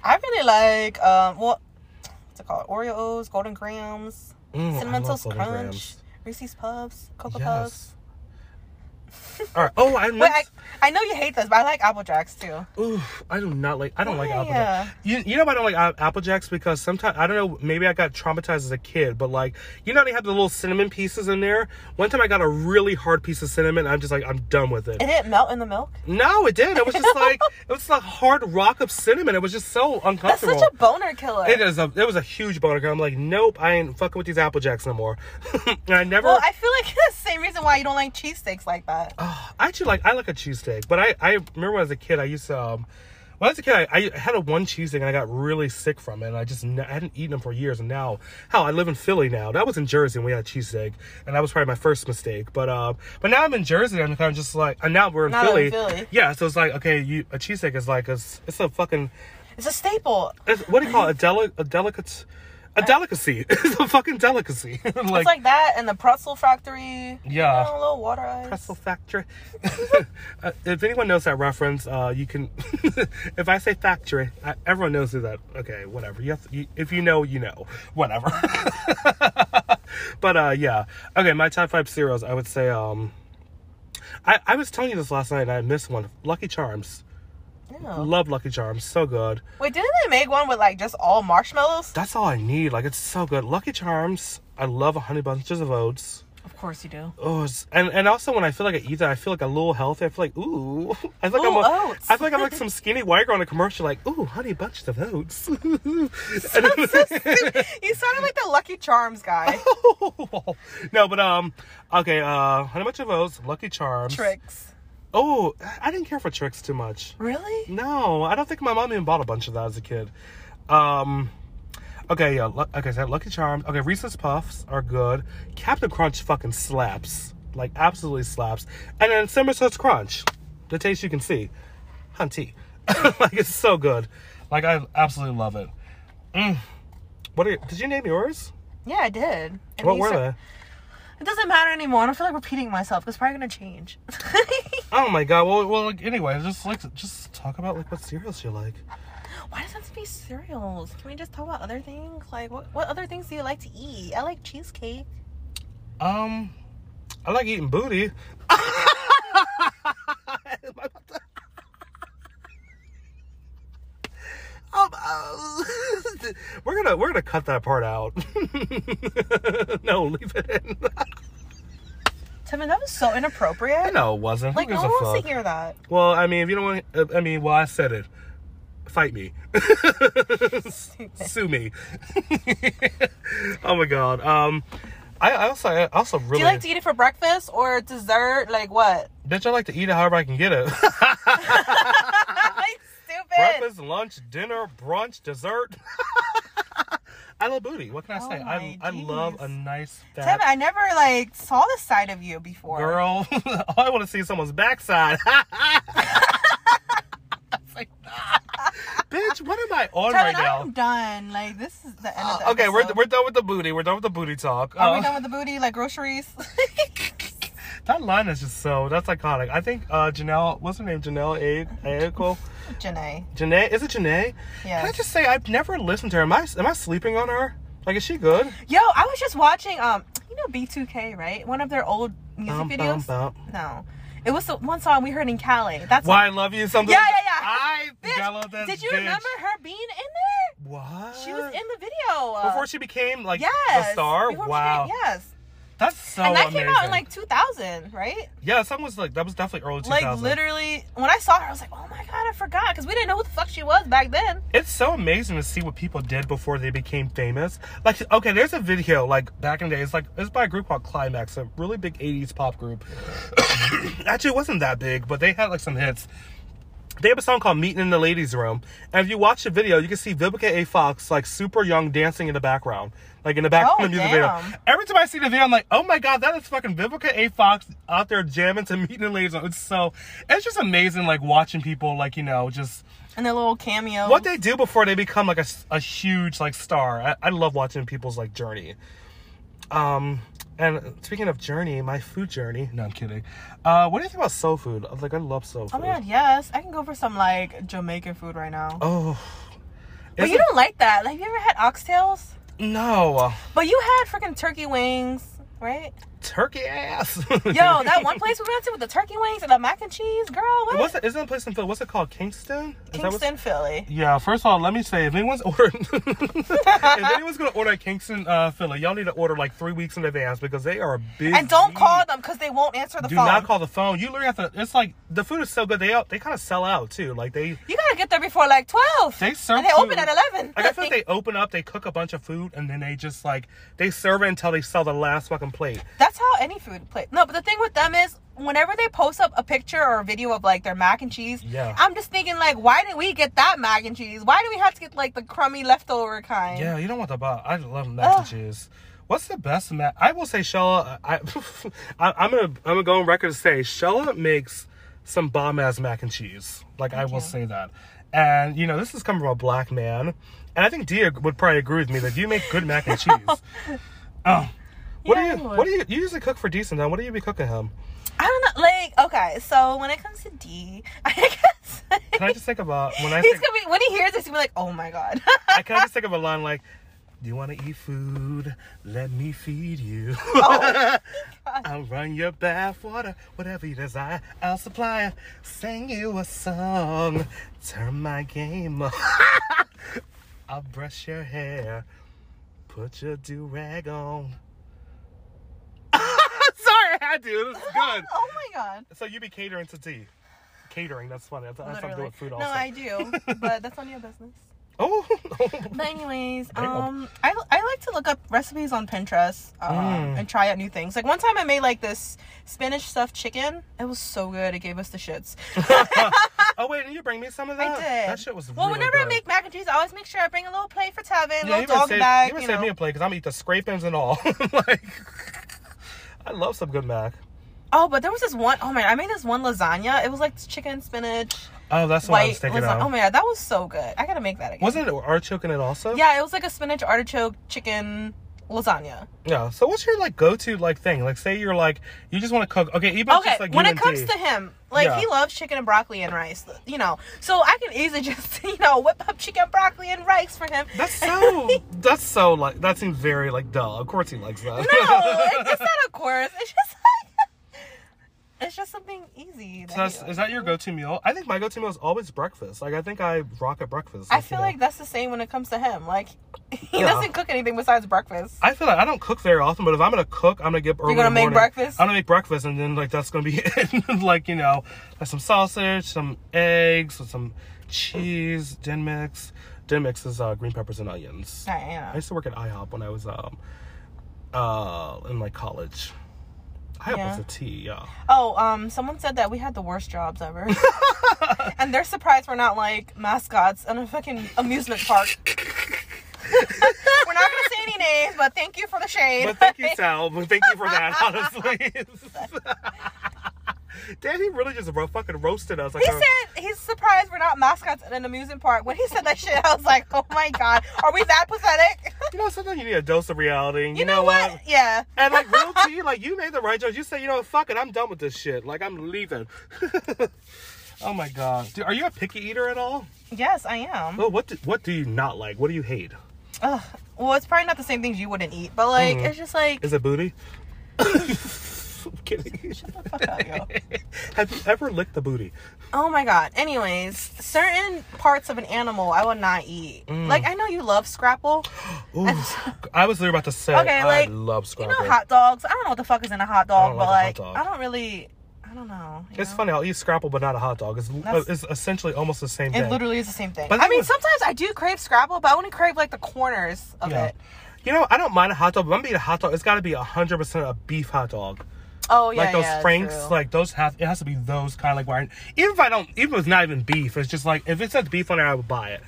Speaker 3: I really like um well, what's it called? Oreos, Golden Grams,
Speaker 2: Mm, I
Speaker 3: Cinnamon
Speaker 2: love
Speaker 3: Toast
Speaker 2: Golden
Speaker 3: Crunch,
Speaker 2: Grahams.
Speaker 3: Reese's Puffs, Cocoa Puffs.
Speaker 2: Yes. All right. Oh, I
Speaker 3: Wait,
Speaker 2: missed.
Speaker 3: I, I know you hate this, but I like Apple Jacks too.
Speaker 2: Oof, I do not like. I don't like
Speaker 3: Why?
Speaker 2: Apple Jacks. You, you know why I don't like Ap- Apple Jacks because sometimes I don't know. Maybe I got traumatized as a kid, but like you know they have the little cinnamon pieces in there. One time I got a really hard piece of cinnamon. I'm just like I'm done with it.
Speaker 3: It didn't melt in the milk.
Speaker 2: No, it did. It was just like it was the hard rock of cinnamon. It was just so
Speaker 3: That's
Speaker 2: uncomfortable.
Speaker 3: such a boner killer.
Speaker 2: it is a it was a huge boner. I'm like, nope, I ain't fucking with these Apple Jacks no more. [LAUGHS] and I never.
Speaker 3: Well, I feel like [LAUGHS] it's the same reason why you don't like cheesesteaks like that.
Speaker 2: Oh, [SIGHS] I actually like I like a cheesesteak, but I I remember when I was a kid I used to. Um, when I was a kid, I, I had a one cheesesteak and I got really sick from it. And I just n- I hadn't eaten them for years. And now, hell, I live in Philly now. That was in Jersey and we had a cheesesteak, and that was probably my first mistake. But uh, but now I'm in Jersey and I'm kind of just like, and now we're in
Speaker 3: Now that we're
Speaker 2: Philly.
Speaker 3: in Philly.
Speaker 2: Yeah, so it's like okay, you a cheesesteak is like a, s- it's a fucking
Speaker 3: It's a staple.
Speaker 2: it's, what do you call it? A, deli- a delicate a delicacy. [LAUGHS] it's a fucking delicacy. [LAUGHS]
Speaker 3: it's like that and the pretzel factory.
Speaker 2: Yeah.
Speaker 3: You know, a little water ice.
Speaker 2: Pretzel Factory. [LAUGHS] uh, if anyone knows that reference, uh, you can. [LAUGHS] if I say factory, I, everyone knows who that. Okay, whatever. You have to, you, if you know, you know. Whatever. [LAUGHS] but uh, yeah. Okay, my top five cereals. I would say. Um, I, I was telling you this last night, and I missed one. Lucky Charms.
Speaker 3: Yeah.
Speaker 2: Love Lucky Charms. So good.
Speaker 3: Wait, didn't they make one with like just all marshmallows?
Speaker 2: That's all I need. Like it's so good. Lucky Charms. I love a honey bunches of oats.
Speaker 3: Of course you do.
Speaker 2: Oh, it's- and and also when I feel like I eat that, I feel like a little healthy. I feel like ooh, [LAUGHS] I feel like
Speaker 3: Ooh,
Speaker 2: I'm a,
Speaker 3: oats.
Speaker 2: I feel like I'm like some skinny white girl in a commercial, like ooh, honey, bunches of oats. [LAUGHS] And-
Speaker 3: [LAUGHS] You sounded like the Lucky Charms guy.
Speaker 2: [LAUGHS] Oh, no, but um, okay, uh, honey, bunch of oats, Lucky Charms,
Speaker 3: Tricks.
Speaker 2: Oh, I didn't care for tricks too much.
Speaker 3: Really?
Speaker 2: No, I don't think my mom even bought a bunch of that as a kid. Um, okay, yeah, lu- okay, so Lucky Charms. Okay, Reese's Puffs are good. Captain Crunch fucking slaps, like absolutely slaps. And then Summer Toast Crunch, the taste you can see, hunty, [LAUGHS] like it's so good. Like I absolutely love it. Mm. What are you, did you name yours?
Speaker 3: Yeah, I did. And
Speaker 2: What
Speaker 3: these
Speaker 2: were
Speaker 3: are-
Speaker 2: they?
Speaker 3: It doesn't matter anymore. I don't feel like repeating myself. It's probably gonna change. [LAUGHS]
Speaker 2: Oh my god. Well, well. Like, anyway, just like just talk about like what cereals you like.
Speaker 3: Why does it have to be cereals? Can we just talk about other things? Like, what, what other things do you like to eat? I like cheesecake.
Speaker 2: Um, I like eating booty. [LAUGHS] Um, uh, [LAUGHS] we're gonna we're gonna cut that part out. [LAUGHS] no, leave it in. [LAUGHS]
Speaker 3: Timon, that was so inappropriate.
Speaker 2: no, it wasn't. [LAUGHS]
Speaker 3: Like,
Speaker 2: Who
Speaker 3: no
Speaker 2: gives
Speaker 3: one
Speaker 2: a
Speaker 3: wants
Speaker 2: fuck?
Speaker 3: to hear that.
Speaker 2: Well, I mean, if you don't want, uh, I mean, well, I said it. Fight me. [LAUGHS] Sue me. [LAUGHS] oh my god. Um, I, I also I also really
Speaker 3: Do you like to eat it for breakfast or dessert? Like, what? [LAUGHS]
Speaker 2: bitch. I like to eat it however I can get it. [LAUGHS]
Speaker 3: like, stupid.
Speaker 2: breakfast, lunch, dinner, brunch, dessert. [LAUGHS] I love booty. What can I
Speaker 3: Oh
Speaker 2: say? I,
Speaker 3: my
Speaker 2: I love a
Speaker 3: geez.
Speaker 2: nice
Speaker 3: Timon,
Speaker 2: fat
Speaker 3: I never, like, saw this side of you before.
Speaker 2: girl. [LAUGHS] All I want to see is someone's backside. [LAUGHS] It's like, [LAUGHS] Bitch, what am I on
Speaker 3: Timon,
Speaker 2: right now?
Speaker 3: I'm done. Like, this is the end of the
Speaker 2: Uh, okay, we're,
Speaker 3: episode.
Speaker 2: we're done with the booty. We're done with the booty talk.
Speaker 3: Are we
Speaker 2: Uh,
Speaker 3: done with the booty? Like, groceries? [LAUGHS]
Speaker 2: that line is just so that's iconic. I think uh, Janelle, what's her name? Janelle A- Aiko.
Speaker 3: Janae.
Speaker 2: Janae, is it Janae? Can I
Speaker 3: Yes.
Speaker 2: just say I've never listened to her. Am I am I sleeping on her? Like, is she good?
Speaker 3: Yo, I was just watching um, you know B2K, right? One of their old music
Speaker 2: Bum, bum,
Speaker 3: videos.
Speaker 2: bum.
Speaker 3: No, it was the one song we heard in Cali. That's
Speaker 2: Why I love you something?
Speaker 3: Yeah, yeah, yeah.
Speaker 2: I
Speaker 3: Bitch,
Speaker 2: yellow this
Speaker 3: did you
Speaker 2: bitch.
Speaker 3: remember her being in
Speaker 2: What?
Speaker 3: there? She was in the video uh,
Speaker 2: before she became like
Speaker 3: yes,
Speaker 2: a star.
Speaker 3: before she
Speaker 2: wow,
Speaker 3: did- yes,
Speaker 2: that's so
Speaker 3: and that
Speaker 2: amazing.
Speaker 3: came out in like 2000, right?
Speaker 2: yeah, something was like that was definitely early 2000.
Speaker 3: Like literally, when I saw her, I was like, oh my god, I forgot because we didn't know who the fuck she was back then.
Speaker 2: It's so amazing to see what people did before they became famous. Like, okay, there's a video like back in the day. It's like it's by a group called Climax, a really [COUGHS] big '80s pop group. Actually, it wasn't that big, but they had like some hits. they have a song called "Meeting in the Ladies' Room," and if you watch the video, you can see Vivica A. Fox like super young dancing in the background, like in the background
Speaker 3: Oh,
Speaker 2: of the music video.
Speaker 3: damn.
Speaker 2: Every time I see the video, I'm like, "Oh my god, that is fucking Vivica A. Fox out there jamming to [LAUGHS] "Meeting in the Ladies' Room." It's so it's just amazing, like watching people like you know just
Speaker 3: And their little cameo.
Speaker 2: what they do before they become like a, s- a huge like star. I, I love watching people's like journey. Um, and speaking of journey, my food journey. No, I'm kidding. Uh, what do you think about soul food? I was like, I love soul
Speaker 3: Oh
Speaker 2: food.
Speaker 3: my god, yes. I can go for some like Jamaican food right now.
Speaker 2: Oh.
Speaker 3: but
Speaker 2: It's-
Speaker 3: you don't like that. Like, have you ever had oxtails?
Speaker 2: no
Speaker 3: But you had freaking turkey wings, right?
Speaker 2: turkey ass. [LAUGHS]
Speaker 3: Yo, that one place we went to with the turkey wings and the mac and cheese, girl. What?
Speaker 2: What's that, isn't that place in Philly? What's it called? Kingston. Is that what's-
Speaker 3: Kingston, Philly.
Speaker 2: yeah. First of all, let me say if anyone's [LAUGHS] ordering, if anyone's gonna order at Kingston uh, Philly, y'all need to order like three weeks in advance because they are busy.
Speaker 3: And don't call them because they won't answer the
Speaker 2: Do
Speaker 3: phone.
Speaker 2: not call the phone. You literally have to. It's like the food is so good. They out. They kind of sell out too. Like they
Speaker 3: You gotta get there before like twelve.
Speaker 2: they serve.
Speaker 3: And they open
Speaker 2: food.
Speaker 3: at eleven.
Speaker 2: Like I feel like they open up. They cook a bunch of food and then they just like they serve it until they sell the last fucking plate.
Speaker 3: That's how any food place. No, but the thing with them is whenever they post up a picture or a video of like their mac and cheese,
Speaker 2: Yeah.
Speaker 3: I'm just thinking like, why didn't we get that mac and cheese? Why do we have to get like the crummy leftover kind?
Speaker 2: Yeah, you don't want the bot. I love mac and
Speaker 3: Ugh.
Speaker 2: cheese. What's the best mac? I will say Shella. I, [LAUGHS] I I'm gonna I'm gonna go on record to say Shella makes some bomb ass mac and cheese. Like I will say that. And you know this is coming from a black man, and I think Dia would probably agree with me that you make good mac and cheese.
Speaker 3: [LAUGHS]
Speaker 2: oh. What
Speaker 3: Yeah,
Speaker 2: do
Speaker 3: I
Speaker 2: you
Speaker 3: would.
Speaker 2: What do you you usually cook for decent though? What do you be cooking him?
Speaker 3: I don't know. Like, okay, so when it comes to D, [LAUGHS] I guess
Speaker 2: Can I just think about when I
Speaker 3: he's
Speaker 2: think,
Speaker 3: gonna be when he hears this, he's gonna be like, oh my god. [LAUGHS]
Speaker 2: I can I just think of a line like, "Do you want to eat food? Let me feed you." Oh. [LAUGHS] I'll run your bath water, whatever you desire. I'll supply. Sing you a song. Turn my game [LAUGHS] up. I'll brush your hair. Put your do rag on. [LAUGHS] Sorry, I had to. This is good.
Speaker 3: oh my god.
Speaker 2: So you be catering to tea. Catering, that's funny. That's, that's something
Speaker 3: Literally.
Speaker 2: with food
Speaker 3: No,
Speaker 2: also. [LAUGHS]
Speaker 3: I do, but that's none of your business.
Speaker 2: Oh. [LAUGHS]
Speaker 3: But anyways,
Speaker 2: Damn.
Speaker 3: um, I, I like to look up recipes on Pinterest um,
Speaker 2: Mm.
Speaker 3: and try out new things. Like one time I made like this Spanish stuffed chicken. It was so good. It gave us
Speaker 2: [LAUGHS]
Speaker 3: the shits.
Speaker 2: oh wait, did you bring me some of
Speaker 3: I
Speaker 2: that?
Speaker 3: did.
Speaker 2: That shit was
Speaker 3: Well,
Speaker 2: really
Speaker 3: whenever I
Speaker 2: good.
Speaker 3: make mac and cheese, I always make sure I bring a little plate for Tevin, a
Speaker 2: Yeah,
Speaker 3: little
Speaker 2: you better
Speaker 3: dog
Speaker 2: save,
Speaker 3: bag.
Speaker 2: you better
Speaker 3: You
Speaker 2: save
Speaker 3: know.
Speaker 2: me a plate because I'm gonna eat the scrapings and all. [LAUGHS] like, I love some good mac.
Speaker 3: oh, but there was this one. Oh man, I made this one lasagna. It was like chicken, spinach,
Speaker 2: Oh, that's what I was
Speaker 3: white
Speaker 2: thinking
Speaker 3: lasagna.
Speaker 2: of.
Speaker 3: Oh my god, that was so good. I gotta make that again.
Speaker 2: Wasn't it artichoke in it also?
Speaker 3: Yeah, it was like a spinach artichoke chicken lasagna.
Speaker 2: Yeah. So what's your like go-to like thing? Like, say you're like you just want to cook. Okay, even if
Speaker 3: okay
Speaker 2: it's like
Speaker 3: when
Speaker 2: you
Speaker 3: it
Speaker 2: and
Speaker 3: comes
Speaker 2: D.
Speaker 3: to him like
Speaker 2: Yeah.
Speaker 3: he loves chicken and broccoli and rice you know so i can easily [LAUGHS] just you know whip up chicken broccoli and rice for him
Speaker 2: that's
Speaker 3: [LAUGHS]
Speaker 2: so that's so like that seems very like dull. Of course he likes that.
Speaker 3: no it's just not a course it's just like [LAUGHS] it's just something easy that
Speaker 2: So [LAUGHS] that's,
Speaker 3: he
Speaker 2: is that your go-to meal? I think my go-to meal is always breakfast. Like I think I rock at breakfast.
Speaker 3: i
Speaker 2: you
Speaker 3: feel
Speaker 2: know.
Speaker 3: like that's the same when it comes to him like [LAUGHS] he
Speaker 2: Yeah.
Speaker 3: doesn't cook anything besides breakfast
Speaker 2: I feel like I don't cook very often, but if I'm gonna cook, I'm gonna get. You're
Speaker 3: gonna make breakfast?
Speaker 2: I'm gonna make breakfast, and then like that's gonna be [LAUGHS] it. like you know, like some sausage, some eggs, with some cheese, din mix. Din mix is uh, green peppers and onions.
Speaker 3: I, you know.
Speaker 2: I used to work at IHOP when I was um uh in like college. IHOP
Speaker 3: Yeah.
Speaker 2: was a tea, yeah.
Speaker 3: oh um someone said that we had the worst jobs [LAUGHS] ever and they're surprised we're not like mascots in a fucking amusement [LAUGHS] park we're not gonna say any names but thank you for the shade
Speaker 2: But thank you, Sal. But thank you for
Speaker 3: [LAUGHS]
Speaker 2: that, honestly. [LAUGHS] Damn, he really just ro- fucking roasted us. Like,
Speaker 3: He
Speaker 2: our-
Speaker 3: said he's surprised we're not mascots in an amusement park. When he said that shit, I was like, oh my god, are we that pathetic?
Speaker 2: you know, sometimes you need a dose of reality. and
Speaker 3: You, know, what? Yeah.
Speaker 2: And like real tea, like you made the right choice. You said, you know, what, fuck it, I'm done with this shit. Like I'm leaving. [LAUGHS] oh my god, Dude, are you a picky eater at all?
Speaker 3: Yes, I am.
Speaker 2: Well, what do, what do you not like? What do you hate?
Speaker 3: Ugh. Well, it's probably not the same things you wouldn't eat, but like, Mm. it's just like,
Speaker 2: Is it booty? [LAUGHS] I'm kidding.
Speaker 3: fuck out, yo.
Speaker 2: [LAUGHS] Have you ever licked the booty?
Speaker 3: oh my god. Anyways, certain parts of an animal I would not eat. Like, I know you love Scrapple.
Speaker 2: Ooh, [LAUGHS] I was literally about to say
Speaker 3: Okay,
Speaker 2: I
Speaker 3: like,
Speaker 2: love
Speaker 3: You
Speaker 2: Scrabble.
Speaker 3: know, hot dogs. I don't know what the fuck is in a hot dog,
Speaker 2: don't
Speaker 3: but
Speaker 2: like
Speaker 3: like,
Speaker 2: a hot
Speaker 3: I
Speaker 2: dog.
Speaker 3: don't really, I don't know. you
Speaker 2: It's
Speaker 3: know?
Speaker 2: funny. I'll eat Scrapple, but not a hot dog. It's, uh,
Speaker 3: That's-
Speaker 2: it's essentially almost the same
Speaker 3: It
Speaker 2: thing.
Speaker 3: literally is the same thing.
Speaker 2: But
Speaker 3: I
Speaker 2: that
Speaker 3: mean,
Speaker 2: was-
Speaker 3: sometimes I do crave Scrabble, but I only crave like the corners of
Speaker 2: Yeah.
Speaker 3: it.
Speaker 2: You know, I don't mind a hot dog, but if I'm gonna eat a hot dog. It's got to be hundred percent a beef hot dog.
Speaker 3: Oh yeah,
Speaker 2: like those
Speaker 3: yeah,
Speaker 2: franks,
Speaker 3: true.
Speaker 2: like those have it has to be those kind of like wearing. Even if I don't, even if it's not even beef, it's just like if it says beef on there, I would buy it.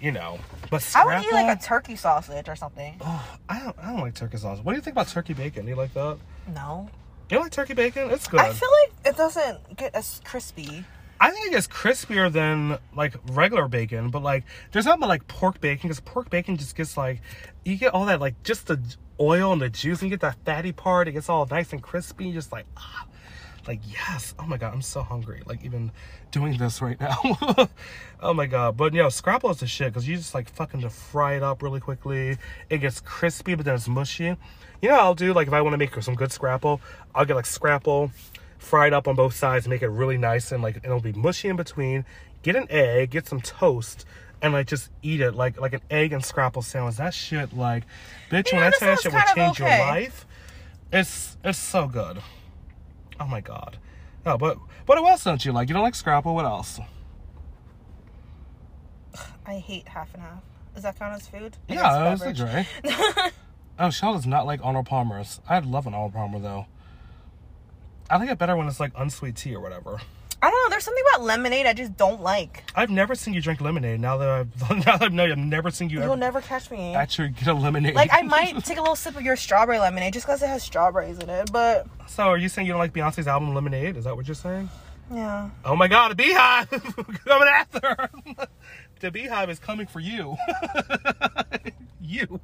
Speaker 2: You know, but
Speaker 3: I
Speaker 2: scrapple,
Speaker 3: would eat like a turkey sausage or something.
Speaker 2: oh, I don't, I don't like turkey sauce. What do you think about turkey bacon? Do you like that?
Speaker 3: No,
Speaker 2: You like turkey bacon? It's good.
Speaker 3: I feel like it doesn't get as crispy.
Speaker 2: I think it gets crispier than like regular bacon, but like there's not much like pork bacon because pork bacon just gets like you get all that like just the oil and the juice and you get that fatty part. It gets all nice and crispy. And you're just like ah, like yes. Oh my god, I'm so hungry. Like even doing this right now. [LAUGHS] oh my god. But you know, scrapple is the shit because you just like fucking to fry it up really quickly. It gets crispy, but then it's mushy. You know, what I'll do like if I want to make some good scrapple, I'll get like scrapple fry it up on both sides, make it really nice and like it'll be mushy in between. Get an egg, get some toast, and like just eat it like like an egg and scrapple sandwich. That shit like bitch
Speaker 3: You
Speaker 2: when
Speaker 3: know,
Speaker 2: I
Speaker 3: that
Speaker 2: tell you that
Speaker 3: sounds
Speaker 2: shit will
Speaker 3: kind of
Speaker 2: change
Speaker 3: okay.
Speaker 2: your life. It's it's so good. Oh my god. Oh, but but what else don't you like? You don't like scrapple, what else?
Speaker 3: I hate half and half. Does that count as food? I
Speaker 2: Yeah,
Speaker 3: guess
Speaker 2: it's a
Speaker 3: beverage.
Speaker 2: drink.
Speaker 3: [LAUGHS]
Speaker 2: oh, Shell does not like Arnold Palmer's. I'd love an Arnold Palmer though. I like it better when it's like unsweet tea or whatever.
Speaker 3: I don't know. There's something about lemonade I just don't like.
Speaker 2: I've never seen you drink lemonade. Now that I've [LAUGHS] now that I've known you, I've never seen you
Speaker 3: You'll
Speaker 2: ever
Speaker 3: never catch me.
Speaker 2: actually get a lemonade.
Speaker 3: Like
Speaker 2: [LAUGHS]
Speaker 3: I might take a little sip of your strawberry lemonade just because it has strawberries in it, but
Speaker 2: So are you saying you don't like Beyonce's album Lemonade? Is that what you're saying?
Speaker 3: yeah.
Speaker 2: Oh my God, a beehive [LAUGHS] coming after her. [LAUGHS] the beehive is coming for you. [LAUGHS] you.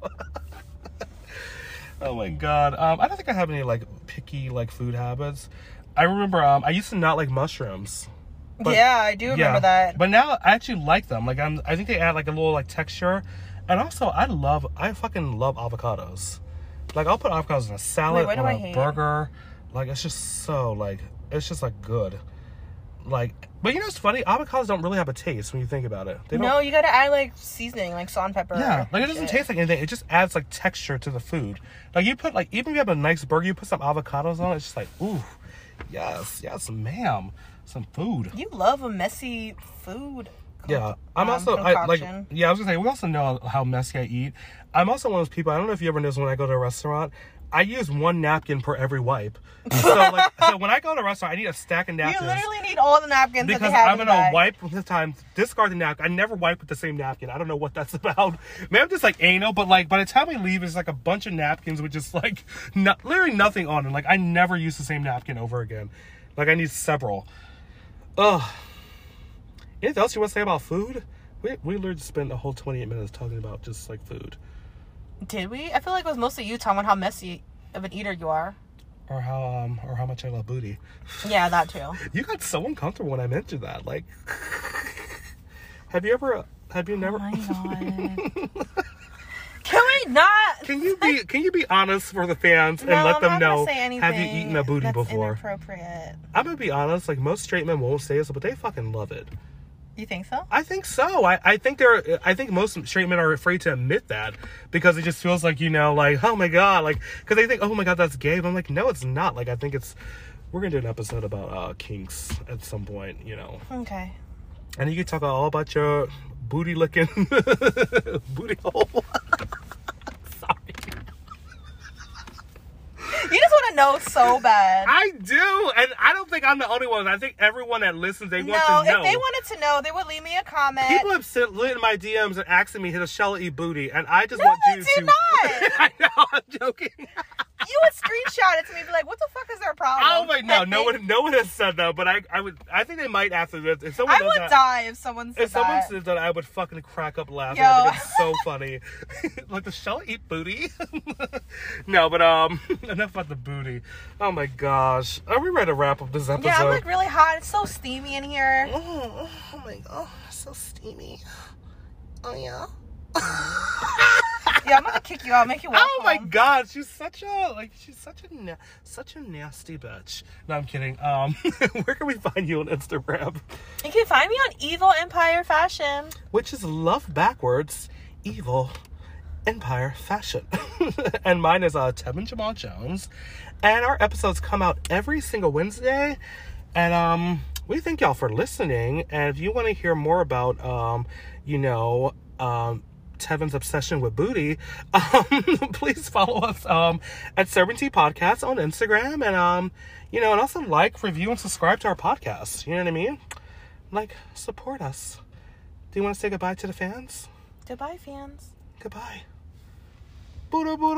Speaker 2: [LAUGHS] oh my God. Um, I don't think I have any like picky like food habits. I remember um, I used to not like mushrooms. But-
Speaker 3: yeah, I do remember that.
Speaker 2: But now I actually like them. Like I'm, I think they add like a little like texture, and also I love, I fucking love avocados. Like I'll put avocados in a salad,
Speaker 3: Wait, what
Speaker 2: on
Speaker 3: do I
Speaker 2: a
Speaker 3: hate?
Speaker 2: burger. Like it's just so like it's just like good. Like, but you know what's funny? Avocados don't really have a taste when you think about it. They don't.
Speaker 3: no, you gotta add like seasoning, like salt and pepper.
Speaker 2: Yeah, like it
Speaker 3: and
Speaker 2: doesn't
Speaker 3: shit.
Speaker 2: taste like anything. It just adds like texture to the food. Like you put like even if you have a nice burger, you put some avocados on it. It's just like ooh, yes, yes, ma'am, some food.
Speaker 3: You love a messy food. co-
Speaker 2: Yeah, I'm
Speaker 3: um,
Speaker 2: also I, like
Speaker 3: concoction.
Speaker 2: yeah. I was gonna say we also know how messy I eat. I'm also one of those people. I don't know if you ever notice when I go to a restaurant, I use one napkin per every wipe. So like,
Speaker 3: [LAUGHS]
Speaker 2: so when I go to a restaurant, I need a stack of
Speaker 3: You
Speaker 2: napkins
Speaker 3: literally need all the napkins that
Speaker 2: because
Speaker 3: they have
Speaker 2: I'm
Speaker 3: in
Speaker 2: gonna
Speaker 3: the
Speaker 2: wipe with the time, discard the napkin. I never wipe with the same napkin. I don't know what that's [LAUGHS] about. Maybe I'm just like anal, but like by the time we leave, it's like a bunch of napkins with just like [LAUGHS] no, literally nothing on it. Like I never use the same napkin over again. Like I need several. Ugh. Anything else you want to say about food? We we literally just spent a whole 28 minutes talking about just like food
Speaker 3: Did we? I feel like it was mostly you, Tom, on how messy of an eater you are.
Speaker 2: or how um or how much I love booty.
Speaker 3: Yeah,
Speaker 2: [LAUGHS]
Speaker 3: that too.
Speaker 2: You got so uncomfortable when I mentioned that. Like, [LAUGHS] have you ever? Have you
Speaker 3: Oh
Speaker 2: never?
Speaker 3: god. Can we not?
Speaker 2: Can
Speaker 3: [LAUGHS]
Speaker 2: you be can you be honest for the fans and
Speaker 3: no,
Speaker 2: let
Speaker 3: I'm
Speaker 2: them
Speaker 3: not
Speaker 2: know
Speaker 3: gonna say anything
Speaker 2: have you eaten a booty
Speaker 3: that's
Speaker 2: before?
Speaker 3: Inappropriate.
Speaker 2: I'm gonna be honest, like most straight men won't say this, but they fucking love it.
Speaker 3: You think so?
Speaker 2: I think so. I, I think they're I think most straight men are afraid to admit that because it just feels like you know like oh my god like because they think oh my god that's gay. But I'm like no it's not. Like I think it's we're gonna do an episode about uh, kinks at some point. You know.
Speaker 3: Okay.
Speaker 2: And you can talk all about your booty looking [LAUGHS] booty hole. [LAUGHS] Sorry.
Speaker 3: You just want to know so bad.
Speaker 2: I do, and I don't think I'm the only one. I think everyone that listens, they
Speaker 3: no,
Speaker 2: want to know.
Speaker 3: if they wanted to know, they would leave me a comment.
Speaker 2: People have sent lit in my DMs and asking me, "Hit a shell eat booty," and I just
Speaker 3: No,
Speaker 2: want
Speaker 3: they
Speaker 2: you
Speaker 3: did
Speaker 2: to.
Speaker 3: not.
Speaker 2: [LAUGHS] I know, I'm joking.
Speaker 3: you would screenshot it to me, and be like, "What the fuck is their problem?"
Speaker 2: Oh my no,
Speaker 3: I
Speaker 2: no
Speaker 3: think-
Speaker 2: one, no one has said that, but I, I would, I think they might after this. If someone
Speaker 3: I
Speaker 2: does
Speaker 3: would
Speaker 2: that,
Speaker 3: die if someone said
Speaker 2: If someone
Speaker 3: that.
Speaker 2: said that, I would fucking crack up laughing.
Speaker 3: Yo.
Speaker 2: I think it's so funny. [LAUGHS] like the shell eat booty. [LAUGHS] no, but um, [LAUGHS] enough about the booty. Oh my gosh, are we ready to wrap up this episode?
Speaker 3: yeah, I'm like really hot. It's so steamy in here.
Speaker 2: Oh, oh my god, so steamy. Oh yeah.
Speaker 3: yeah, I'm gonna kick you out, make you
Speaker 2: [LAUGHS]
Speaker 3: walk.
Speaker 2: Oh my
Speaker 3: home.
Speaker 2: god, she's such a like she's such a na- such a nasty bitch. No, I'm kidding. Um, [LAUGHS] where can we find you on Instagram?
Speaker 3: You can find me on Evil Empire Fashion.
Speaker 2: Which is love backwards, evil, empire fashion. [LAUGHS] and mine is uh Tevin Jamal Jones. And our episodes come out every single Wednesday. And um we thank y'all for listening. And if you want to hear more about um, you know, um Tevin's obsession with booty, [LAUGHS] um, please follow us um, at Serpentine Podcast on Instagram, and um, you know, and also like, review, and subscribe to our podcast. You know what I mean? Like, support us. Do you want to say goodbye to the fans?
Speaker 3: Goodbye, fans.
Speaker 2: Goodbye. Buddha, Buddha.